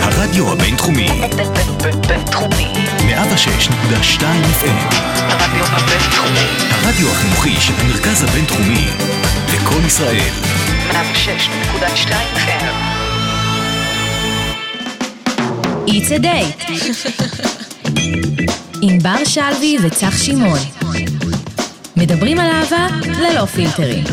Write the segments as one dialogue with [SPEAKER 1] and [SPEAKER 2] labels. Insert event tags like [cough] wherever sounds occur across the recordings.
[SPEAKER 1] הרדיו הבינתחומי,
[SPEAKER 2] בינתחומי.
[SPEAKER 1] 106.2 FM,
[SPEAKER 2] הרדיו הבינתחומי.
[SPEAKER 1] הרדיו החינוכי של המרכז הבינתחומי, לקום ישראל,
[SPEAKER 2] 106.2 FM.
[SPEAKER 3] It's a date. עם בר שלוי וצח שמעון. מדברים על אהבה ללא פילטרים.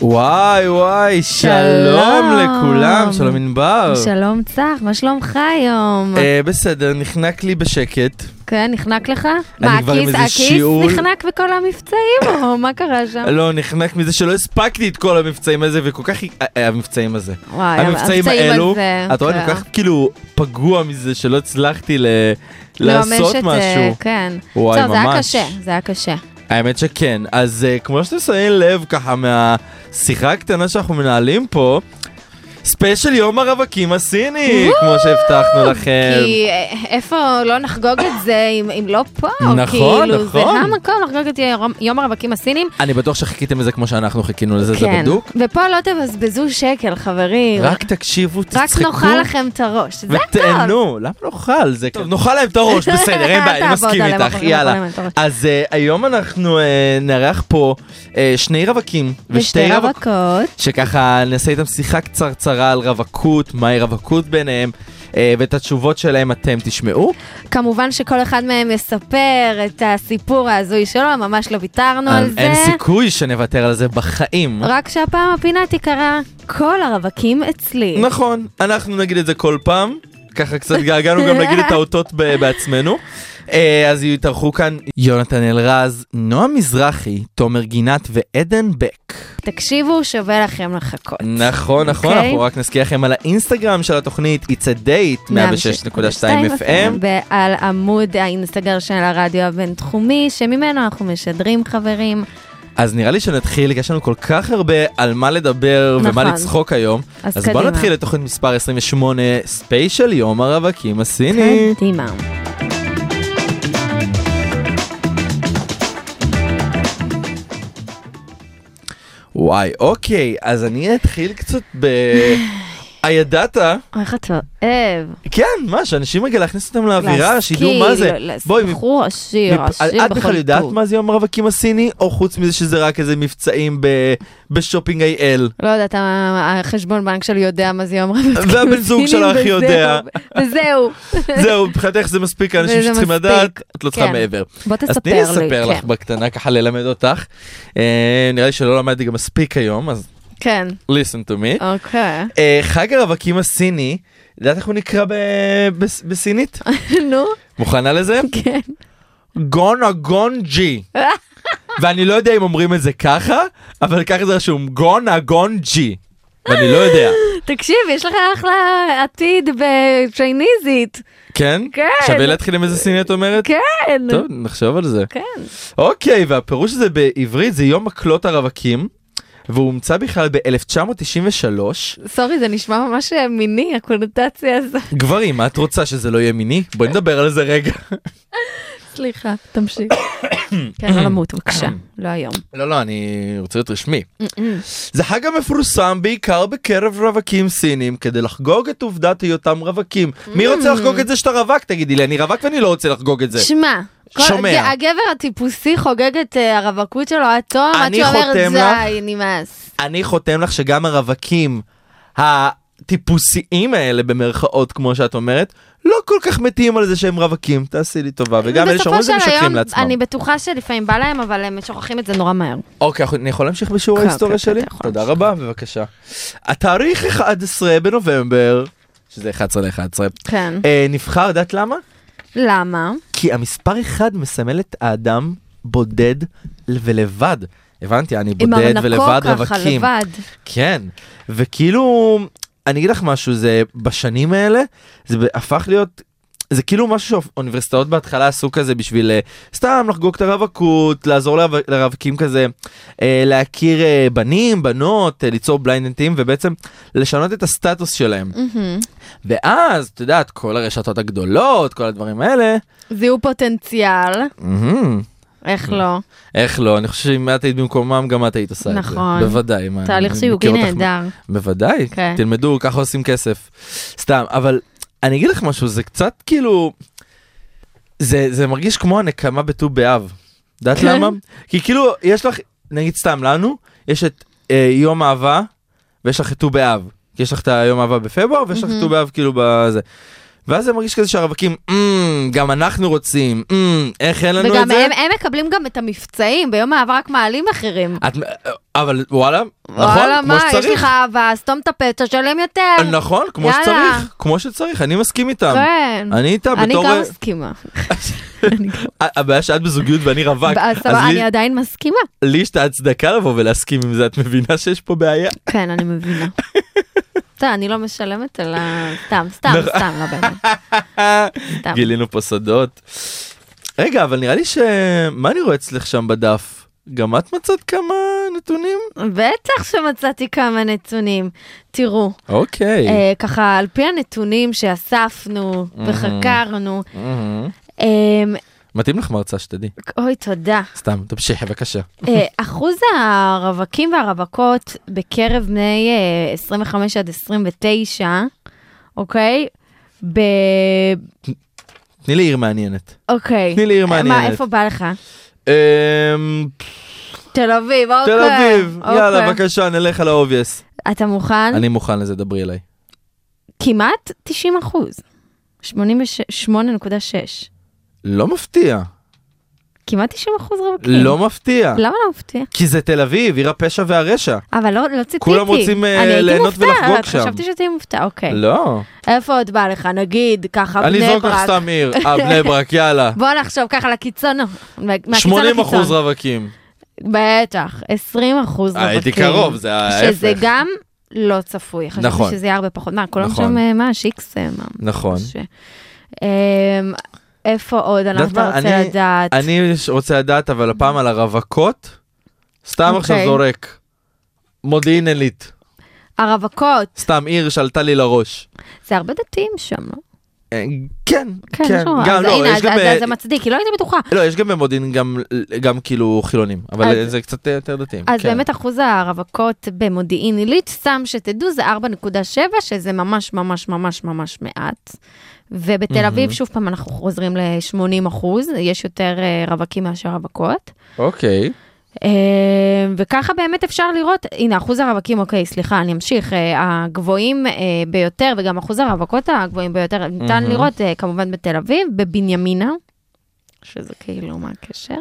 [SPEAKER 4] וואי וואי, שלום
[SPEAKER 5] שלום.
[SPEAKER 4] לכולם, שלום ענבר.
[SPEAKER 5] שלום צח, מה שלומך היום?
[SPEAKER 4] אה, בסדר, נחנק לי בשקט.
[SPEAKER 5] כן, נחנק לך?
[SPEAKER 4] אני
[SPEAKER 5] מה,
[SPEAKER 4] כבר עם
[SPEAKER 5] הכיס
[SPEAKER 4] איזה
[SPEAKER 5] הכיס
[SPEAKER 4] שיעול.
[SPEAKER 5] נחנק בכל המבצעים, או מה קרה שם?
[SPEAKER 4] לא, נחנק מזה שלא הספקתי את כל המבצעים הזה, וכל כך... אה, אה, המבצעים הזה.
[SPEAKER 5] וואי,
[SPEAKER 4] המבצעים האלו, את רואה, אני
[SPEAKER 5] כן.
[SPEAKER 4] כל כך כאילו פגוע מזה שלא הצלחתי ל-
[SPEAKER 5] לממש
[SPEAKER 4] לעשות
[SPEAKER 5] את, אה,
[SPEAKER 4] משהו.
[SPEAKER 5] כן.
[SPEAKER 4] וואי,
[SPEAKER 5] טוב, זה היה
[SPEAKER 4] ממש.
[SPEAKER 5] קשה, זה היה קשה.
[SPEAKER 4] האמת שכן. אז אה, כמו שאתם שמים לב, ככה מהשיחה הקטנה שאנחנו מנהלים פה, ספיישל יום הרווקים הסיני, כמו שהבטחנו לכם.
[SPEAKER 5] כי אה, איפה לא נחגוג את זה אם אם לא פה?
[SPEAKER 4] נכון,
[SPEAKER 5] כאילו, זה
[SPEAKER 4] נכון.
[SPEAKER 5] המקום לחגוג את יום- יום הרווקים הסינים.
[SPEAKER 4] אני בטוח שחיכיתם לזה כמו שאנחנו חיכינו לזה, זה
[SPEAKER 5] כן.
[SPEAKER 4] בדוק.
[SPEAKER 5] ופה לא תבזבזו שקל, חברים.
[SPEAKER 4] רק תקשיבו,
[SPEAKER 5] רק
[SPEAKER 4] תצחקו.
[SPEAKER 5] נאכל לכם את הראש. זה
[SPEAKER 4] ותהנו, למה נאכל? זה כן. טוב, נאכל להם את
[SPEAKER 5] [laughs]
[SPEAKER 4] הראש, בסדר, אין בעיה, אני
[SPEAKER 5] תעבוד
[SPEAKER 4] מסכים
[SPEAKER 5] עליהם,
[SPEAKER 4] איתך,
[SPEAKER 5] אנחנו נאכל
[SPEAKER 4] יאללה.
[SPEAKER 5] להם את הראש.
[SPEAKER 4] אז אה, היום אנחנו אה, נארח פה אה, שני רווקים
[SPEAKER 5] ושתי
[SPEAKER 4] רווק-
[SPEAKER 5] רווקות.
[SPEAKER 4] שככה נעשה איתם שיחה קצרצרה על רווקות, מהי רווקות ביניהם, אה, ואת התשובות שלהם אתם תשמעו.
[SPEAKER 5] כמובן שכל אחד מהם יספר את הסיפור ההזוי שלו, ממש לא ויתרנו על
[SPEAKER 4] אין-
[SPEAKER 5] זה.
[SPEAKER 4] אה, אין סיכוי שנוותר על זה בחיים.
[SPEAKER 5] רק שהפעם הפינה תיקרא כל הרווקים אצלי.
[SPEAKER 4] נכון, אנחנו נגיד את זה כל פעם, ככה קצת געגענו גם להגיד את האותות ב- בעצמנו. אה, אז יתארחו כאן יונתן אלרז, נועם מזרחי, תומר גינת ועדן בק.
[SPEAKER 5] תקשיבו, שווה לכם לחכות.
[SPEAKER 4] נכון, נכון,
[SPEAKER 5] אוקיי.
[SPEAKER 4] אנחנו רק נזכיר לכם על האינסטגרם של התוכנית It's a Date 106.2 FM.
[SPEAKER 5] ועל עמוד האינסטגר של הרדיו הבינתחומי, שממנו אנחנו משדרים, חברים.
[SPEAKER 4] אז נראה לי שנתחיל, כי יש לנו כל כך הרבה על מה לדבר ומה
[SPEAKER 5] נכון.
[SPEAKER 4] לצחוק היום.
[SPEAKER 5] אז
[SPEAKER 4] אז בואו
[SPEAKER 5] קדימה.
[SPEAKER 4] נתחיל את תוכנית מספר 28, ספיישל יום הרווקים הסיני.
[SPEAKER 5] קדימה.
[SPEAKER 4] וואי, אוקיי, אז אני אתחיל קצת ב...
[SPEAKER 5] [laughs]
[SPEAKER 4] הידעת?
[SPEAKER 5] אוי, איך אתה אוהב.
[SPEAKER 4] כן, מה, שאנשים רגע להכניס אותם לאווירה, שידעו מה זה. בואי,
[SPEAKER 5] בואי,
[SPEAKER 4] מפ-
[SPEAKER 5] בחור לא, עשיר,
[SPEAKER 4] מפ-
[SPEAKER 5] עשיר
[SPEAKER 4] את בכלל
[SPEAKER 5] בכל
[SPEAKER 4] יודעת
[SPEAKER 5] טוב.
[SPEAKER 4] מה זה יום הרווקים הסיני, או חוץ מזה שזה רק איזה מבצעים ב- בשופינג
[SPEAKER 5] [laughs]
[SPEAKER 4] אי-אל?
[SPEAKER 5] לא יודעת, ה- החשבון בנק שלי יודע מה
[SPEAKER 4] [laughs]
[SPEAKER 5] זה יום רווקים.
[SPEAKER 4] והבן זוג שלך
[SPEAKER 5] וזהו,
[SPEAKER 4] יודע.
[SPEAKER 5] וזהו.
[SPEAKER 4] זהו, מבחינתך [laughs] זה מספיק האנשים
[SPEAKER 5] וזה
[SPEAKER 4] שצריכים
[SPEAKER 5] מספיק,
[SPEAKER 4] לדעת, את לא צריכה
[SPEAKER 5] כן.
[SPEAKER 4] מעבר.
[SPEAKER 5] בוא
[SPEAKER 4] אז
[SPEAKER 5] תספר
[SPEAKER 4] תני
[SPEAKER 5] לי.
[SPEAKER 4] לי לספר לך
[SPEAKER 5] כן,
[SPEAKER 4] בקטנה, ככה ללמד אותך. אה, נראה לי שלא למדתי גם מספיק היום, אז
[SPEAKER 5] כן,
[SPEAKER 4] listen to me.
[SPEAKER 5] אוקיי.
[SPEAKER 4] אה, חג הרווקים הסיני, יודעת איך הוא נקרא ב- בס-
[SPEAKER 5] [laughs]
[SPEAKER 4] בסינית?
[SPEAKER 5] נו,
[SPEAKER 4] מוכנה לזה?
[SPEAKER 5] כן.
[SPEAKER 4] גונה
[SPEAKER 5] [laughs]
[SPEAKER 4] גונג'י. ואני לא יודע אם אומרים את זה ככה, אבל ככה זה רשום, גונה גונג'י. ואני לא יודע,
[SPEAKER 5] תקשיב, יש לך אחלה עתיד בצ'ייניזית.
[SPEAKER 4] כן?
[SPEAKER 5] [laughs] כן.
[SPEAKER 4] שווה להתחיל עם איזה סיני את אומרת?
[SPEAKER 5] כן.
[SPEAKER 4] טוב, נחשוב על זה.
[SPEAKER 5] כן.
[SPEAKER 4] אוקיי, והפירוש הזה בעברית זה יום מקלות הרווקים, והוא הומצא בכלל ב-1993.
[SPEAKER 5] סורי, זה נשמע ממש אה, מיני, הקונוטציה הזאת.
[SPEAKER 4] גברים, מה את רוצה שזה לא יהיה מיני? בואי נדבר על זה רגע.
[SPEAKER 5] סליחה,
[SPEAKER 4] [coughs]
[SPEAKER 5] תמשיך. כן, לא למות, בבקשה. לא היום.
[SPEAKER 4] לא, לא, אני רוצה להיות רשמי.
[SPEAKER 5] אה,
[SPEAKER 4] זה חג המפורסם בעיקר בקרב רווקים סינים, כדי לחגוג את עובדת היותם רווקים. מי
[SPEAKER 5] אה.
[SPEAKER 4] רוצה לחגוג את זה שאתה רווק? תגידי לי, אני רווק ואני לא רוצה לחגוג את זה.
[SPEAKER 5] שמע, כל-
[SPEAKER 4] שומע.
[SPEAKER 5] הג- הגבר הטיפוסי חוגג את אה, הרווקות שלו עד תום, עד
[SPEAKER 4] אני
[SPEAKER 5] שאומר
[SPEAKER 4] חותם לך.
[SPEAKER 5] די, נמאס.
[SPEAKER 4] אני חותם לך שגם הרווקים הטיפוסיים האלה, במרכאות, כמו שאת אומרת, לא כל כך מתים על זה שהם רווקים. תעשי לי טובה, וגם אלה שאומרים
[SPEAKER 5] בסופו
[SPEAKER 4] את זה
[SPEAKER 5] של היום,
[SPEAKER 4] משקרים לעצמם.
[SPEAKER 5] אני בטוחה שלפעמים בא להם, אבל הם שוכחים את זה נורא מהר.
[SPEAKER 4] אוקיי, אנחנו- אני יכול להמשיך בשיעור
[SPEAKER 5] כן,
[SPEAKER 4] ההיסטוריה
[SPEAKER 5] כן, כן,
[SPEAKER 4] שלי?
[SPEAKER 5] אתה יכול
[SPEAKER 4] תודה רבה, בבקשה. התאריך 11 בנובמבר, שזה 11 ל-11,
[SPEAKER 5] כן.
[SPEAKER 4] אה, נבחר, יודעת למה?
[SPEAKER 5] למה?
[SPEAKER 4] כי המספר 1 מסמל את האדם בודד ולבד. הבנתי, אני בודד ולבד
[SPEAKER 5] עם ארנקו ככה,
[SPEAKER 4] רווקים.
[SPEAKER 5] לבד.
[SPEAKER 4] כן, וכאילו, אני אגיד לך משהו, זה בשנים האלה, זה ב- הפך להיות זה כאילו משהו שהאוניברסיטאות בהתחלה עשו כזה בשביל אה, סתם לחגוג את הרווקות, לעזור לרו- לרווקים כזה, אה, להכיר אה, בנים, בנות, אה, ליצור בליינדנטים ובעצם לשנות את הסטטוס שלהם.
[SPEAKER 5] Mm-hmm.
[SPEAKER 4] ואז, את יודעת, כל הרשתות הגדולות, כל הדברים האלה,
[SPEAKER 5] זיהו פוטנציאל,
[SPEAKER 4] מהמם. אה.
[SPEAKER 5] איך לא?
[SPEAKER 4] איך לא, אני חושב שאם את היית במקומם, גם את היית עושה את זה.
[SPEAKER 5] נכון.
[SPEAKER 4] בוודאי. מה,
[SPEAKER 5] תהליך
[SPEAKER 4] אני
[SPEAKER 5] שיוגי
[SPEAKER 4] מכיר אותך
[SPEAKER 5] נהדר.
[SPEAKER 4] בוודאי,
[SPEAKER 5] כן.
[SPEAKER 4] תלמדו, ככה עושים כסף. סתם, אבל אני אגיד לך משהו, זה קצת כאילו... זה, זה מרגיש כמו הנקמה בט"ו באב. יודעת
[SPEAKER 5] כן.
[SPEAKER 4] למה? כי כאילו, יש לך, נגיד סתם לנו, יש את אה, יום אהבה, ויש לך את ט"ו באב. כי יש לך את היום אהבה בפברואר, ויש לך את ט"ו באב כאילו בזה. ואז זה מרגיש כזה שהרווקים, "אמ, גם אנחנו רוצים, אמ, איך אין לנו את
[SPEAKER 5] וגם
[SPEAKER 4] זה?
[SPEAKER 5] הם הם מקבלים גם את המבצעים, ביום העבר רק מעלים מחירים.
[SPEAKER 4] את, אה, אבל וואלה,
[SPEAKER 5] וואלה,
[SPEAKER 4] נכון, כמו
[SPEAKER 5] מה, יש
[SPEAKER 4] שצריך.
[SPEAKER 5] לך אהבה, סתום את הפה, תשלם יותר.
[SPEAKER 4] נכון, כמו
[SPEAKER 5] יאללה.
[SPEAKER 4] שצריך, כמו שצריך, אני מסכים איתם.
[SPEAKER 5] כן.
[SPEAKER 4] אני איתה
[SPEAKER 5] אני
[SPEAKER 4] בתור... אה,
[SPEAKER 5] גם מסכימה.
[SPEAKER 4] הבעיה שאת בזוגיות ואני רווק,
[SPEAKER 5] אז
[SPEAKER 4] אז
[SPEAKER 5] סבבה,
[SPEAKER 4] לי-
[SPEAKER 5] אני עדיין מסכימה.
[SPEAKER 4] לי יש את ההצדקה לבוא ולהסכים עם זה, את מבינה שיש פה בעיה?
[SPEAKER 5] כן, אני
[SPEAKER 4] [laughs]
[SPEAKER 5] מבינה. אתה, אני לא משלמת, אלא סתם, סתם,
[SPEAKER 4] נכון.
[SPEAKER 5] סתם, לא
[SPEAKER 4] [laughs]
[SPEAKER 5] באמת. סתם.
[SPEAKER 4] גילינו פה סודות. רגע, אבל נראה לי ש... מה אני רואה אצלך שם בדף? גם את מצאת כמה נתונים?
[SPEAKER 5] בטח שמצאתי כמה נתונים. תראו,
[SPEAKER 4] אוקיי.
[SPEAKER 5] אה, ככה, על פי הנתונים שאספנו וחקרנו,
[SPEAKER 4] מהמם.
[SPEAKER 5] אה,
[SPEAKER 4] מתאים לך מרצה שתדעי.
[SPEAKER 5] אוי, תודה.
[SPEAKER 4] סתם, תמשיכי בבקשה.
[SPEAKER 5] אה, אחוז הרווקים והרווקות בקרב בני אה, 25 עד 29, אוקיי? ב...
[SPEAKER 4] תני לי עיר מעניינת.
[SPEAKER 5] אוקיי.
[SPEAKER 4] תני לי עיר מעניינת.
[SPEAKER 5] מה, איפה בא לך?
[SPEAKER 4] אמ,
[SPEAKER 5] תל אביב, אוקיי.
[SPEAKER 4] תל אביב,
[SPEAKER 5] אוקיי.
[SPEAKER 4] יאללה בבקשה נלך על האובייס.
[SPEAKER 5] אתה מוכן?
[SPEAKER 4] אני מוכן לזה, דברי אליי.
[SPEAKER 5] כמעט 90 אחוז. 88.6.
[SPEAKER 4] לא מפתיע,
[SPEAKER 5] כמעט 90 אחוז רווקים.
[SPEAKER 4] לא מפתיע.
[SPEAKER 5] למה לא מפתיע?
[SPEAKER 4] כי זה תל אביב, עיר הפשע והרשע.
[SPEAKER 5] אבל לא, לא ציפיתי.
[SPEAKER 4] כולם רוצים, אה,
[SPEAKER 5] אני הייתי
[SPEAKER 4] ליהנות
[SPEAKER 5] מופתעת,
[SPEAKER 4] ולחגוג שם.
[SPEAKER 5] חשבתי שתהיה מופתע, אוקיי.
[SPEAKER 4] לא.
[SPEAKER 5] איפה עוד בא לך? נגיד, ככה, בני
[SPEAKER 4] אני
[SPEAKER 5] ברק.
[SPEAKER 4] אזרוק לך סתם עיר. אה, בני ברק,
[SPEAKER 5] [laughs]
[SPEAKER 4] יאללה.
[SPEAKER 5] בוא נחשוב ככה לקיצון, מהקיצון
[SPEAKER 4] 80
[SPEAKER 5] לקיצון.
[SPEAKER 4] אחוז רווקים.
[SPEAKER 5] בטח, 20 אחוז
[SPEAKER 4] אה,
[SPEAKER 5] רווקים.
[SPEAKER 4] הייתי קרוב, זה ההפך.
[SPEAKER 5] שזה גם לא צפוי, חשבתי
[SPEAKER 4] נכון.
[SPEAKER 5] שזה יהיה הרבה פחות. מה, כולם
[SPEAKER 4] נכון.
[SPEAKER 5] שם, אה, מה, שיקס? אה, מה?
[SPEAKER 4] נכון.
[SPEAKER 5] ש- אמ, איפה עוד
[SPEAKER 4] יודעת
[SPEAKER 5] אנחנו
[SPEAKER 4] מה,
[SPEAKER 5] רוצה
[SPEAKER 4] אני-
[SPEAKER 5] לדעת?
[SPEAKER 4] אני רוצה לדעת, אבל הפעם על הרווקות, סתם עכשיו
[SPEAKER 5] אוקיי.
[SPEAKER 4] זורק. מודיעין עילית.
[SPEAKER 5] הרווקות,
[SPEAKER 4] סתם עיר שעלתה לי לראש.
[SPEAKER 5] זה הרבה דתיים שם, לא?
[SPEAKER 4] אה, כן,
[SPEAKER 5] כן,
[SPEAKER 4] כן.
[SPEAKER 5] נכון.
[SPEAKER 4] גם
[SPEAKER 5] אז
[SPEAKER 4] לא,
[SPEAKER 5] הנה,
[SPEAKER 4] יש
[SPEAKER 5] אז-
[SPEAKER 4] גם...
[SPEAKER 5] אז-
[SPEAKER 4] אה,
[SPEAKER 5] אז זה מצדיק, כי לא הייתי בטוחה.
[SPEAKER 4] לא, יש גם במודיעין גם- גם כאילו חילונים, אבל
[SPEAKER 5] אז-
[SPEAKER 4] זה קצת יותר דתיים.
[SPEAKER 5] אז
[SPEAKER 4] כן.
[SPEAKER 5] באמת אחוז הרווקות במודיעין עילית, סתם שתדעו, זה 4.7, שזה ממש ממש ממש ממש מעט. ובתל אביב, שוב פעם, אנחנו חוזרים ל-80 אחוז, יש יותר אה, רווקים מאשר רווקות.
[SPEAKER 4] אוקיי.
[SPEAKER 5] אה, וככה באמת אפשר לראות, הנה, אחוז הרווקים, אוקיי, סליחה, אני אמשיך, אה, הגבוהים אה, ביותר, וגם אחוז הרווקות הגבוהים ביותר, ניתן
[SPEAKER 4] מהמם.
[SPEAKER 5] לראות אה, כמובן בתל אביב, בבנימינה, שזה כאילו מה הקשר,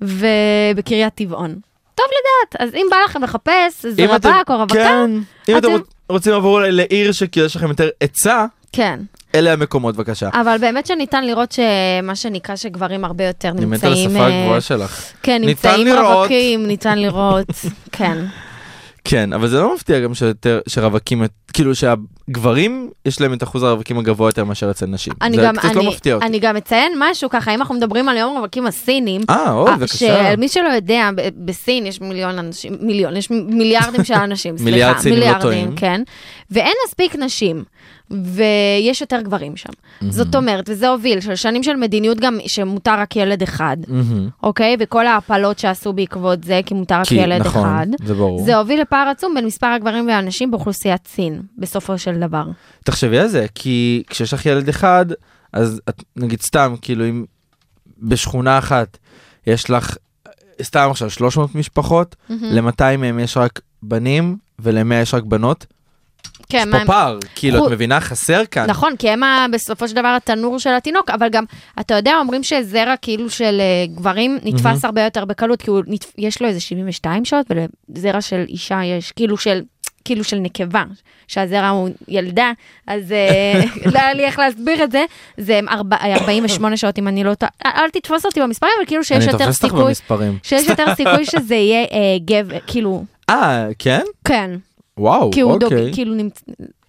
[SPEAKER 5] ובקריית טבעון. טוב לדעת, אז אם בא לכם לחפש, זה
[SPEAKER 4] אם אתם-
[SPEAKER 5] רווק או רווקה,
[SPEAKER 4] כן. אם אתם
[SPEAKER 5] אתם-
[SPEAKER 4] רוצ- רוצים לעבור אולי לעיר שכאילו יש לכם יותר עצה,
[SPEAKER 5] כן.
[SPEAKER 4] אלה המקומות בבקשה.
[SPEAKER 5] אבל באמת שניתן לראות שמה שנקרא שגברים הרבה יותר
[SPEAKER 4] אני מת על
[SPEAKER 5] נמצאים,
[SPEAKER 4] השפה
[SPEAKER 5] אה,
[SPEAKER 4] הגבוהה שלך.
[SPEAKER 5] כן,
[SPEAKER 4] ניתן
[SPEAKER 5] נמצאים
[SPEAKER 4] לראות.
[SPEAKER 5] רווקים, ניתן לראות, [laughs] כן.
[SPEAKER 4] כן, אבל זה לא מפתיע גם שיותר- שרווקים, כאילו שהגברים, יש להם את אחוז הרווקים הגבוה יותר מאשר אצל נשים.
[SPEAKER 5] אני
[SPEAKER 4] זה
[SPEAKER 5] גם,
[SPEAKER 4] קצת
[SPEAKER 5] אני,
[SPEAKER 4] לא מפתיע אותי.
[SPEAKER 5] אני גם אציין משהו ככה, אם אנחנו מדברים על יום רווקים הסינים,
[SPEAKER 4] אה, עוד,
[SPEAKER 5] אה,
[SPEAKER 4] בבקשה.
[SPEAKER 5] שמי שלא יודע, ב- בסין יש מיליון אנשים, מיליון, יש מיליארדים של
[SPEAKER 4] [laughs]
[SPEAKER 5] אנשים, סליחה,
[SPEAKER 4] מיליארד סינים לא
[SPEAKER 5] מיליארדים,
[SPEAKER 4] טועים.
[SPEAKER 5] כן, ואין מספיק נשים, ויש יותר גברים שם. זאת אומרת, וזה הוביל של שנים של מדיניות גם שמותר רק ילד אחד,
[SPEAKER 4] מהמם.
[SPEAKER 5] אוקיי? וכל ההפלות שעשו בעקבות זה, כי מותר רק
[SPEAKER 4] כי,
[SPEAKER 5] ילד
[SPEAKER 4] נכון,
[SPEAKER 5] אחד.
[SPEAKER 4] זה ברור.
[SPEAKER 5] זה הוביל לפער עצום בין מספר הגברים והנשים באוכלוסיית סין, בסופו של דבר.
[SPEAKER 4] תחשבי על זה, כי כשיש לך ילד אחד, אז את, נגיד סתם, כאילו אם בשכונה אחת יש לך, סתם עכשיו 300 משפחות, ל-200 מהם יש רק בנים ול-100 יש רק בנות,
[SPEAKER 5] כן,
[SPEAKER 4] פה פער, כאילו את
[SPEAKER 5] חו-
[SPEAKER 4] מבינה חסר כאן.
[SPEAKER 5] נכון, כי הם ה- בסופו של דבר התנור של התינוק, אבל גם, אתה יודע, אומרים שזרע כאילו של אה, גברים נתפס הרבה יותר בקלות, כי הוא נתפ- יש לו איזה 72 שעות, ולזרע של אישה יש כאילו של... כאילו של נקבה, שהזרע הוא ילדה,
[SPEAKER 4] [laughs]
[SPEAKER 5] אז אה, לא היה לי איך להסביר את זה, זה הם ארבע- 48 שעות אם אני לא טועה, אל אל תתפוס אותי במספרים, אבל כאילו שיש
[SPEAKER 4] אני
[SPEAKER 5] יותר
[SPEAKER 4] תופס אותך
[SPEAKER 5] סיכוי,
[SPEAKER 4] במספרים.
[SPEAKER 5] שיש יותר סיכוי שזה יהיה אה, גבר, כאילו,
[SPEAKER 4] אה, כן?
[SPEAKER 5] כן,
[SPEAKER 4] וואו,
[SPEAKER 5] כי הוא דוג,
[SPEAKER 4] אוקיי.
[SPEAKER 5] כאילו נמצא,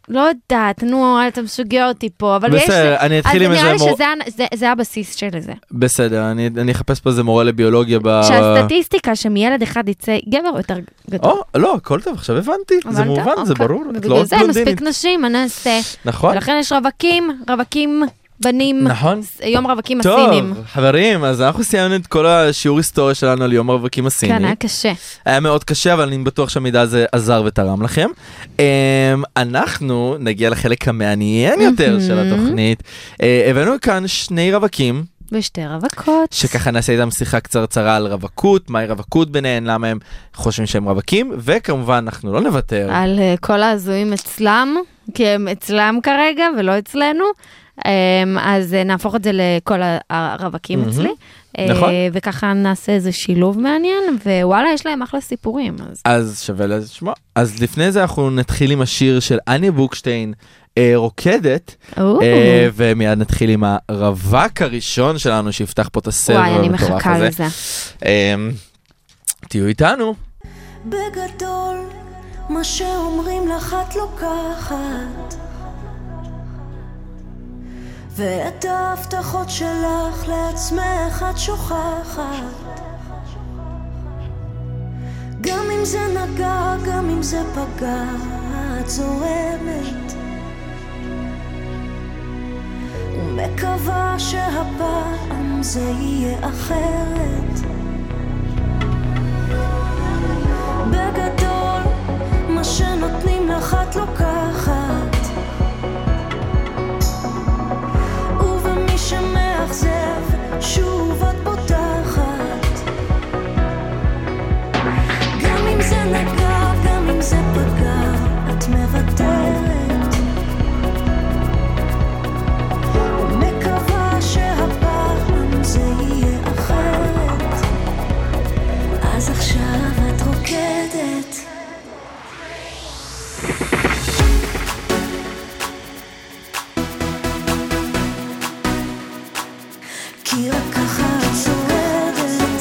[SPEAKER 5] לא יודעת, נו, אל תמסוגר אותי פה, אבל יש...
[SPEAKER 4] בסדר, אני אתחיל עם
[SPEAKER 5] אז נראה
[SPEAKER 4] איזה
[SPEAKER 5] לי
[SPEAKER 4] מור...
[SPEAKER 5] שזה ה- זה- זה הבסיס של זה.
[SPEAKER 4] בסדר, אני אני אחפש פה איזה מורה לביולוגיה ב...
[SPEAKER 5] שהסטטיסטיקה שמילד אחד יצא גבר יותר גדול.
[SPEAKER 4] או, לא, הכל טוב, עכשיו הבנתי, זה
[SPEAKER 5] אבל
[SPEAKER 4] מובן,
[SPEAKER 5] טוב,
[SPEAKER 4] זה
[SPEAKER 5] אוקיי.
[SPEAKER 4] ברור, את לא
[SPEAKER 5] ובגלל
[SPEAKER 4] עוד
[SPEAKER 5] זה מספיק
[SPEAKER 4] בלונדינית.
[SPEAKER 5] נשים, מה נעשה?
[SPEAKER 4] נכון,
[SPEAKER 5] ולכן יש רווקים, רווקים, בנים,
[SPEAKER 4] נכון.
[SPEAKER 5] ס- יום רווקים הסינים. כן,
[SPEAKER 4] טוב, חברים, אז אנחנו סיימנו את כל השיעור היסטוריה שלנו על יום הרווקים הסיני.
[SPEAKER 5] כן, היה קשה.
[SPEAKER 4] היה מאוד קשה, אבל אני בטוח שהמידע הזה עזר ותרם לכם. אמ, אנחנו נגיע לחלק המעניין יותר של התוכנית. אה, הבאנו כאן שני רווקים,
[SPEAKER 5] בשתי רווקות.
[SPEAKER 4] שככה נעשה איתם שיחה קצרצרה על רווקות, מהי רווקות ביניהן, למה הם חושבים שהם רווקים, וכמובן אנחנו לא נוותר.
[SPEAKER 5] על אה, כל ההזויים אצלם, כי הם אצלם כרגע ולא אצלנו. אמ, אז אה, נהפוך את זה לכל ה- הרווקים
[SPEAKER 4] מהמם.
[SPEAKER 5] אצלי. אה,
[SPEAKER 4] נכון.
[SPEAKER 5] וככה נעשה איזה שילוב מעניין, ווואלה, יש להם אחלה סיפורים. אז
[SPEAKER 4] אז שווה לשמוע. אז לפני זה אנחנו נתחיל עם השיר של אניה בוקשטיין, אה, רוקדת,
[SPEAKER 5] או,
[SPEAKER 4] אה, ומיד נתחיל עם הרווק הראשון שלנו שיפתח פה את הסרט
[SPEAKER 5] וואי, אני
[SPEAKER 4] המטורף
[SPEAKER 5] מחכה
[SPEAKER 4] הזה.
[SPEAKER 5] לזה.
[SPEAKER 4] אמ, תהיו איתנו.
[SPEAKER 6] בגדול, מה שאומרים לך את לוקחת. ואת ההבטחות שלך לעצמך את שוכחת. גם אם זה נגע, גם אם זה פגע, את זורמת. ומקווה שהפעם זה יהיה אחרת. בגדול, מה שנותנים לך את לוקחת. ובמי שמאכזב, שוב את בוטחת. גם אם זה נגע, גם אם זה פגע, את מוותרת. ומקווה שהפעם זה יהיה אחרת. אז עכשיו את רוקדת. כי רק ככה את שורדת.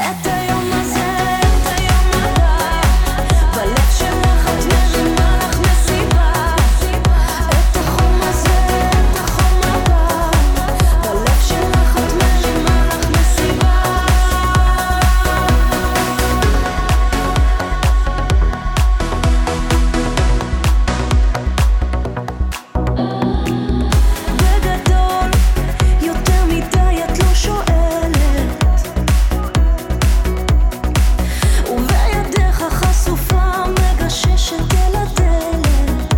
[SPEAKER 6] את היום הזה, את היום הבא, בלב שלך את מרימה לך מסיבה. את החום הזה, את החום הבא, בלב שלך את מרימה לך מסיבה. בגדול, יותר מדי את לא שואלת. ובידך החשופה מגששת אל הדלת.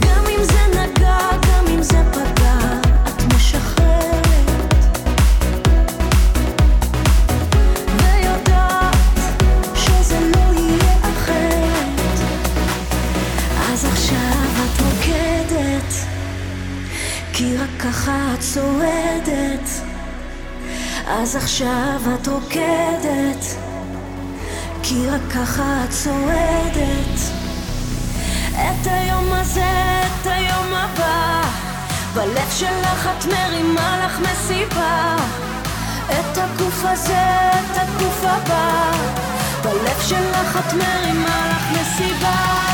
[SPEAKER 6] גם אם זה נגע, גם אם זה פגע, את משחררת. ויודעת שזה לא יהיה אחרת. אז עכשיו את רוקדת, כי רק ככה את צועדת. אז עכשיו את רוקדת, כי רק ככה את צועדת. את היום הזה, את היום הבא, בלב שלך את מרימה לך מסיבה. את הגוף הזה, את הגוף הבא, בלב שלך את מרימה לך מסיבה.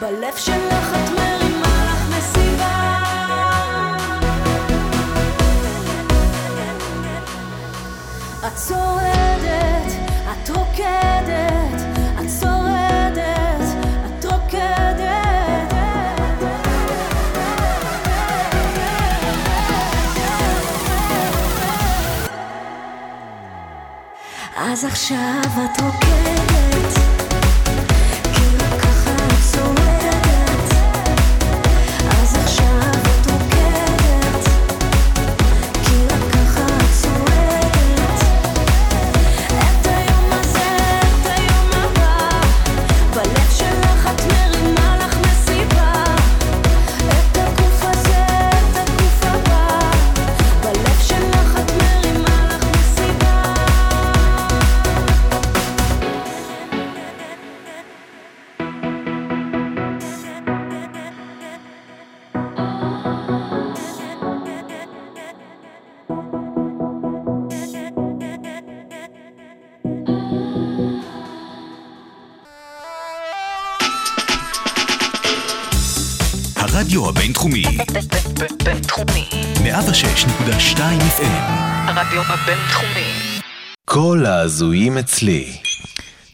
[SPEAKER 6] בלב שלך את מרימה לך מסיבה. את שורדת, את רוקדת, את שורדת, את רוקדת. אז עכשיו את רוקדת כי רק ככה את שורדת. אז עכשיו את רוקדת, כי רק ככה את שורדת. את היום הזה, את היום הבא, בלב שלך את מרימה לך מסיבה. את הגוף הזה, את הגוף הבא, בלב שלך את מרימה לך מסיבה.
[SPEAKER 1] הרדיו הבינתחומי,
[SPEAKER 2] ב- בינתחומי,
[SPEAKER 1] 106.2 FM.
[SPEAKER 2] הרדיו הבינתחומי,
[SPEAKER 7] כל ההזויים אצלי.